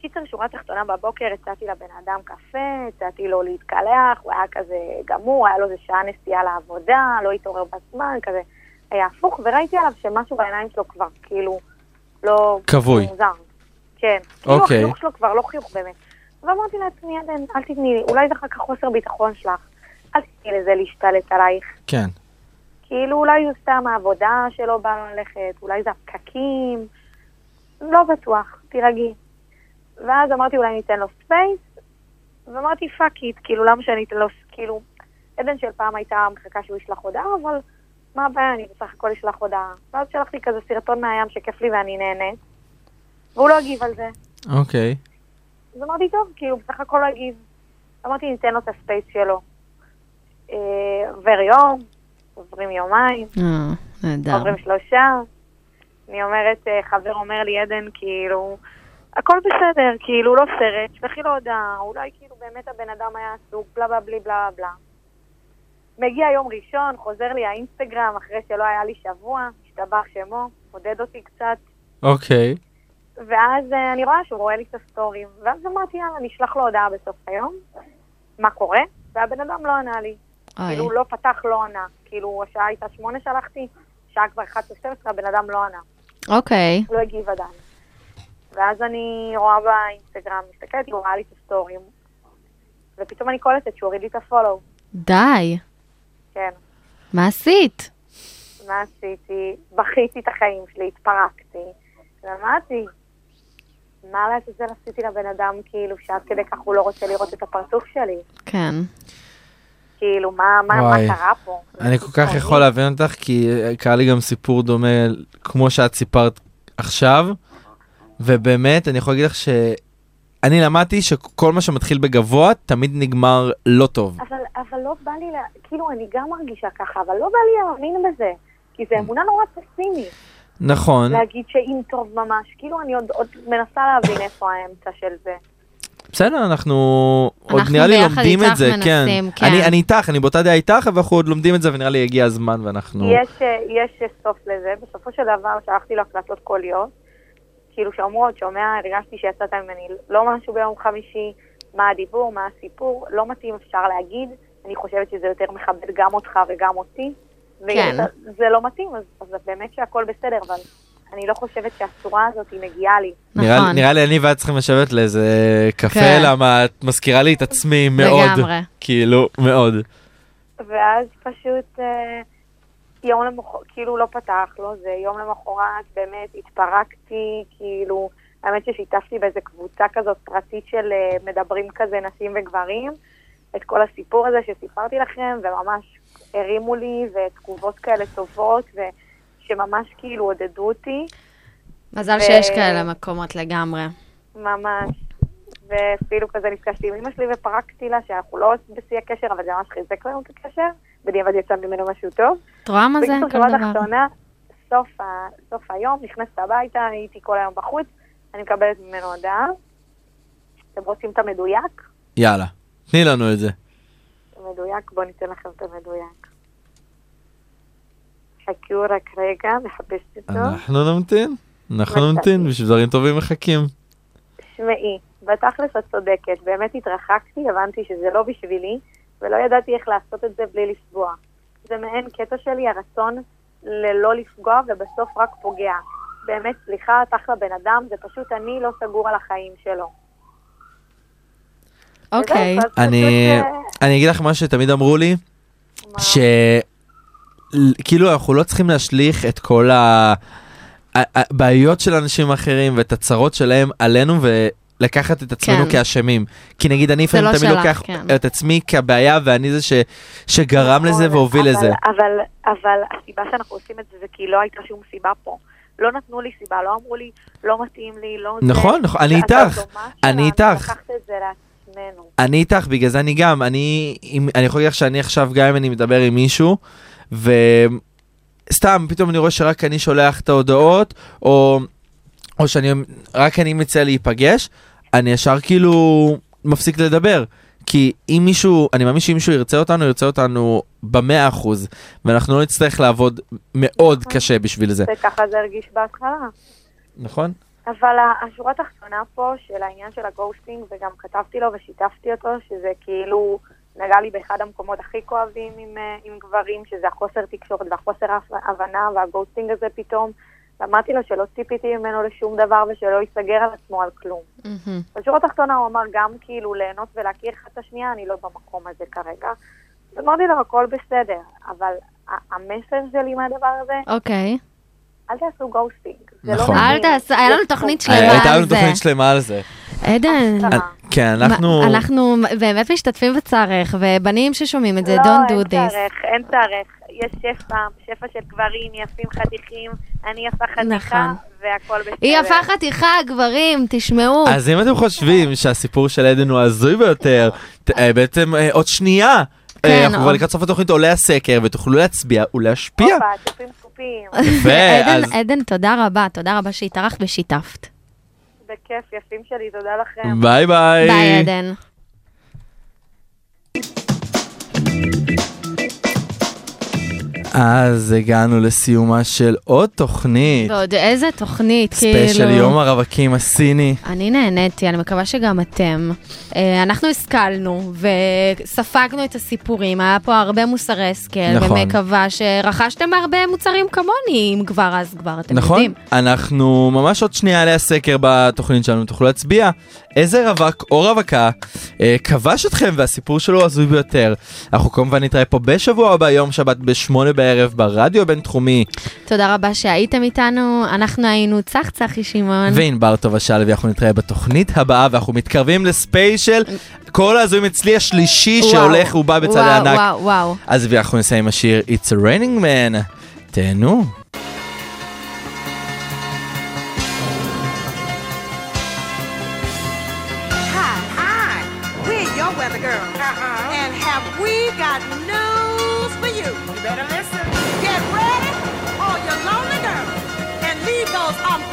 [SPEAKER 9] קיצר, שורה תחתונה בבוקר, הצעתי לבן אדם קפה, הצעתי לו להתקלח, הוא היה כזה גמור, היה לו איזה שעה נסיעה לעבודה, לא התעורר בזמן, כזה היה הפוך, וראיתי עליו שמשהו בעיניים שלו כבר כאילו לא...
[SPEAKER 4] כבוי.
[SPEAKER 9] מוזר. כן. כאילו
[SPEAKER 4] אוקיי.
[SPEAKER 9] החיוך שלו כבר לא חיוך באמת. ואמרתי לעצמי, עדן, אל תתני לי, אולי זה אחר כך חוסר ביטחון שלך. אל תתני לזה להשתלט עלייך.
[SPEAKER 4] כן.
[SPEAKER 9] כאילו אולי הוא סתם העבודה שלא בא לו ללכת, אולי זה הפקקים, לא בטוח, תירגעי. ואז אמרתי אולי ניתן לו ספייס, ואמרתי פאק איט, כאילו למה שאני אתן לו, ס- כאילו, עדן של פעם הייתה מחכה שהוא ישלח הודעה, אבל מה הבעיה, אני בסך הכל אשלח הודעה. ואז שלחתי כזה סרטון מהים שכיף לי ואני נהנית, והוא לא הגיב על זה.
[SPEAKER 4] אוקיי.
[SPEAKER 9] אז אמרתי, טוב, כאילו, בסך הכל לא הגיב. אמרתי, ניתן לו את הספייס שלו. אה, עובר יום, עוברים יומיים.
[SPEAKER 5] אה, נהדר.
[SPEAKER 9] עוברים שלושה. אני אומרת, אה, חבר אומר לי, עדן, כאילו, הכל בסדר, כאילו, לא סרט, שלחי לו הודעה, אולי כאילו באמת הבן אדם היה עסוק, בלה בלה בלי בלה בלה. מגיע יום ראשון, חוזר לי האינסטגרם, אחרי שלא היה לי שבוע, השתבח שמו, עודד אותי קצת,
[SPEAKER 4] אוקיי.
[SPEAKER 9] ואז אה, אני רואה שהוא רואה לי את הסטורים, ואז אמרתי, יאללה, אני אשלח לו הודעה בסוף היום, מה קורה? והבן אדם לא ענה לי.
[SPEAKER 4] אה,
[SPEAKER 5] אוי.
[SPEAKER 9] כאילו, לא פתח, לא ענה. כאילו, השעה הייתה שמונה שלחתי, שעה כבר 11-12, הבן אדם לא ענה.
[SPEAKER 5] אוקיי.
[SPEAKER 9] לא הגיב עדיין. ואז אני רואה באינסטגרם, מסתכלת, הוא ראה לי את הסטורים, ופתאום אני קולטת שהוא הוריד לי את הפולו.
[SPEAKER 5] די.
[SPEAKER 9] כן,
[SPEAKER 5] מה עשית?
[SPEAKER 9] מה עשיתי? בכיתי את החיים שלי, התפרקתי. למדתי. מה לעזאזל עשיתי לבן אדם, כאילו, שעד כדי כך הוא לא רוצה לראות את הפרצוף שלי?
[SPEAKER 5] כן.
[SPEAKER 9] כאילו, מה, מה, מה
[SPEAKER 4] וואי.
[SPEAKER 9] קרה פה?
[SPEAKER 4] אני כל כך יכול להבין אותך, כי קרה לי גם סיפור דומה, כמו שאת סיפרת עכשיו, ובאמת, אני יכול להגיד לך ש... אני למדתי שכל מה שמתחיל בגבוה תמיד נגמר לא טוב.
[SPEAKER 9] אבל, אבל לא בא לי, לה... כאילו, אני גם מרגישה ככה, אבל לא בא לי להאמין בזה. כי זו אמונה נורא פסימית.
[SPEAKER 4] נכון,
[SPEAKER 9] להגיד שאם טוב ממש, כאילו אני עוד, עוד מנסה להבין איפה האמצע של זה.
[SPEAKER 4] בסדר, אנחנו עוד
[SPEAKER 5] אנחנו
[SPEAKER 4] נראה לי
[SPEAKER 5] ביחד
[SPEAKER 4] לומדים
[SPEAKER 5] איתך
[SPEAKER 4] את זה, כן.
[SPEAKER 5] מנסים, כן.
[SPEAKER 4] אני אני איתך, אני באותה דעה איתך, אבל אנחנו עוד לומדים את זה ונראה לי הגיע הזמן ואנחנו...
[SPEAKER 9] יש, אה, יש סוף לזה, בסופו של דבר שלחתי לו הקלטות קוליות, כאילו שאומרות, שומע, הרגשתי שיצאת ממני לא משהו ביום חמישי, מה הדיבור, מה הסיפור, לא מתאים אפשר להגיד, אני חושבת שזה יותר מכבד גם אותך וגם אותי,
[SPEAKER 5] כן.
[SPEAKER 9] וזה לא מתאים, אז, אז באמת שהכל בסדר, אבל אני לא חושבת שהצורה הזאת היא מגיעה לי.
[SPEAKER 4] נראה-
[SPEAKER 5] נכון.
[SPEAKER 4] נראה לי אני ואת צריכים לשבת לאיזה קפה,
[SPEAKER 5] כן.
[SPEAKER 4] למה את מזכירה לי את עצמי מאוד.
[SPEAKER 5] לגמרי.
[SPEAKER 4] כאילו, מאוד.
[SPEAKER 9] ואז פשוט אה, יום למחרת, כאילו לא פתח, לא זה, יום למחרת באמת התפרקתי, כאילו, האמת ששיתפתי באיזה קבוצה כזאת פרטית של אה, מדברים כזה, נשים וגברים, את כל הסיפור הזה שסיפרתי לכם, וממש הרימו לי, ותגובות כאלה טובות, ושממש כאילו עודדו אותי, אה,
[SPEAKER 5] מזל שיש כאלה מקומות לגמרי.
[SPEAKER 9] ממש. ואפילו כזה נפגשתי עם אמא שלי ופרקתי לה, שאנחנו לא בשיא הקשר, אבל זה ממש חיזק לנו את הקשר, בדיעבד יצא ממנו משהו טוב.
[SPEAKER 5] את רואה מה זה? אוקיי.
[SPEAKER 9] בקיצור,
[SPEAKER 5] כל
[SPEAKER 9] שורה
[SPEAKER 5] דבר.
[SPEAKER 9] תחתונה, סוף, ה, סוף היום, נכנסת הביתה, הייתי כל היום בחוץ, אני מקבלת ממנו הודעה. אתם רוצים את המדויק?
[SPEAKER 4] יאללה, תני לנו את זה.
[SPEAKER 9] המדויק, בואו ניתן לכם את המדויק. חכו רק רגע, מחפשת אותו.
[SPEAKER 4] אנחנו נמתין, אנחנו
[SPEAKER 9] מצאתי.
[SPEAKER 4] נמתין, בשביל דברים טובים מחכים.
[SPEAKER 9] שמעי, בתכלס את צודקת, באמת התרחקתי, הבנתי שזה לא בשבילי, ולא ידעתי איך לעשות את זה בלי לפגוע. זה מעין קטע שלי, הרצון ללא לפגוע, ובסוף רק פוגע. באמת, סליחה, את אחלה בן אדם, זה פשוט אני לא סגור על החיים שלו. אה,
[SPEAKER 5] אוקיי.
[SPEAKER 9] וזהו, אז
[SPEAKER 5] [laughs]
[SPEAKER 4] אני,
[SPEAKER 9] פשוט,
[SPEAKER 4] אני אגיד לך מה שתמיד אמרו לי,
[SPEAKER 9] מה?
[SPEAKER 4] ש... ל- כאילו אנחנו לא צריכים להשליך את כל ה- ה- הבעיות של אנשים אחרים ואת הצרות שלהם עלינו ולקחת את עצמנו
[SPEAKER 5] כן.
[SPEAKER 4] כאשמים. כי נגיד אני לפעמים
[SPEAKER 5] לא
[SPEAKER 4] תמיד
[SPEAKER 5] שלך,
[SPEAKER 4] לוקח
[SPEAKER 5] כן.
[SPEAKER 4] את עצמי כבעיה ואני זה ש... שגרם לזה
[SPEAKER 9] נכון,
[SPEAKER 4] והוביל
[SPEAKER 9] אבל-
[SPEAKER 4] לזה.
[SPEAKER 9] אבל, אבל הסיבה שאנחנו עושים את זה זה כי לא הייתה שום סיבה פה. לא נתנו לי סיבה, לא אמרו לי, לא מתאים לי, לא זה.
[SPEAKER 4] נכון, נכון, אני
[SPEAKER 9] אז
[SPEAKER 4] איתך,
[SPEAKER 9] הזומה
[SPEAKER 4] אני
[SPEAKER 9] שלנו,
[SPEAKER 4] איתך.
[SPEAKER 9] לקחת את זה לעצמנו.
[SPEAKER 4] אני איתך, בגלל זה אני גם, אני, אם, אני יכול להגיד לך שאני עכשיו, גם אם אני מדבר עם מישהו, וסתם, פתאום אני רואה שרק אני שולח את ההודעות, או, או שאני, רק אני מציע להיפגש, אני ישר כאילו מפסיק לדבר. כי אם מישהו, אני מאמין שאם מישהו ירצה אותנו, ירצה אותנו במאה אחוז, ואנחנו לא נצטרך לעבוד מאוד קשה בשביל זה.
[SPEAKER 9] וככה זה הרגיש בהתחלה.
[SPEAKER 4] נכון?
[SPEAKER 9] אבל ה- השורה התחתונה פה של העניין של הגוסטינג, וגם כתבתי לו ושיתפתי אותו, שזה כאילו נגע לי באחד המקומות הכי כואבים עם, אה, עם גברים, שזה החוסר תקשורת והחוסר הבנ- הבנה והגוסטינג הזה פתאום. ואמרתי לו שלא ציפיתי ממנו לשום דבר ושלא ייסגר על עצמו על כלום.
[SPEAKER 5] מהמם.
[SPEAKER 9] בשורה התחתונה הוא אמר גם כאילו ליהנות ולהכיר אחד את השנייה, אני לא במקום הזה כרגע. אז אמרתי לו, הכל בסדר, אבל ה- המסר שלי מהדבר הזה,
[SPEAKER 5] אוקיי. אל
[SPEAKER 9] אל תעשו גוסטינג. זה
[SPEAKER 4] נכון.
[SPEAKER 9] לא אה,
[SPEAKER 5] אל
[SPEAKER 9] מתאים.
[SPEAKER 5] תעשה, היה לנו
[SPEAKER 9] זה
[SPEAKER 5] תוכנית
[SPEAKER 9] סוג.
[SPEAKER 5] שלמה על
[SPEAKER 4] הייתה לנו
[SPEAKER 5] זה.
[SPEAKER 4] תוכנית שלמה על זה.
[SPEAKER 5] עדן.
[SPEAKER 9] אה.
[SPEAKER 4] כן, אנחנו...
[SPEAKER 5] מה- אנחנו באמת משתתפים בצערך, ובנים ששומעים את זה, don't do
[SPEAKER 9] לא, אין
[SPEAKER 5] this.
[SPEAKER 9] צערך, אין צערך. יש שפע, שפע של גברים יפים חתיכים, אני יפה חתיכה,
[SPEAKER 5] נכון.
[SPEAKER 9] והכל בסדר.
[SPEAKER 5] היא יפה חתיכה, גברים, תשמעו.
[SPEAKER 4] אז אם אתם חושבים שהסיפור של עדן הוא הזוי ביותר, ת- אה, בעצם אה, עוד שנייה,
[SPEAKER 5] כן,
[SPEAKER 4] אה, אנחנו
[SPEAKER 5] או-
[SPEAKER 4] כבר לקראת סוף התוכנית עולה הסקר ותוכלו להצביע ולהשפיע.
[SPEAKER 9] הופה, צופים
[SPEAKER 5] [laughs]
[SPEAKER 9] צופים.
[SPEAKER 4] יפה,
[SPEAKER 5] [laughs] עדן-
[SPEAKER 4] אז
[SPEAKER 5] עדן, תודה רבה, תודה רבה שהתארחת ושיתפת.
[SPEAKER 9] בכיף, יפים שלי, תודה לכם.
[SPEAKER 4] ביי ביי.
[SPEAKER 5] ביי, עדן.
[SPEAKER 4] אז הגענו לסיומה של עוד תוכנית,
[SPEAKER 5] ועוד איזה תוכנית, כאילו.
[SPEAKER 4] ספיישל יום הרווקים הסיני.
[SPEAKER 5] אני נהניתי, אני מקווה שגם אתם. אה, אנחנו השכלנו וספגנו את הסיפורים, היה פה הרבה מוסרי השכל,
[SPEAKER 4] נכון.
[SPEAKER 5] ומקווה שרכשתם הרבה מוצרים כמוני, אם כבר אז כבר, אתם
[SPEAKER 4] נכון?
[SPEAKER 5] יודעים.
[SPEAKER 4] אנחנו ממש עוד שנייה עליה סקר בתוכנית שלנו, תוכלו להצביע איזה רווק או רווקה אה, כבש אתכם והסיפור שלו הזוי ביותר. אנחנו כמובן נתראה פה בשבוע הבא, יום שבת בשמונה בערב ברדיו הבינתחומי,
[SPEAKER 5] תודה רבה שהייתם איתנו, אנחנו היינו צח צחי שמעון.
[SPEAKER 4] וענבר טובה שלוי, אנחנו נתראה בתוכנית הבאה, ואנחנו מתקרבים לספיישל כל ההזויים אצלי השלישי
[SPEAKER 5] וואו.
[SPEAKER 4] שהולך, הוא בא בצד
[SPEAKER 5] וואו,
[SPEAKER 4] הענק.
[SPEAKER 5] וואו, וואו.
[SPEAKER 4] אז ואנחנו נסיים עם השיר It's a Raining Man, תהנו.
[SPEAKER 6] Hi, hi. We're your weather girl. Uh-huh. And have we got news for you? You better listen. Get ready, all your lonely girls, and leave those umbrellas. Mm,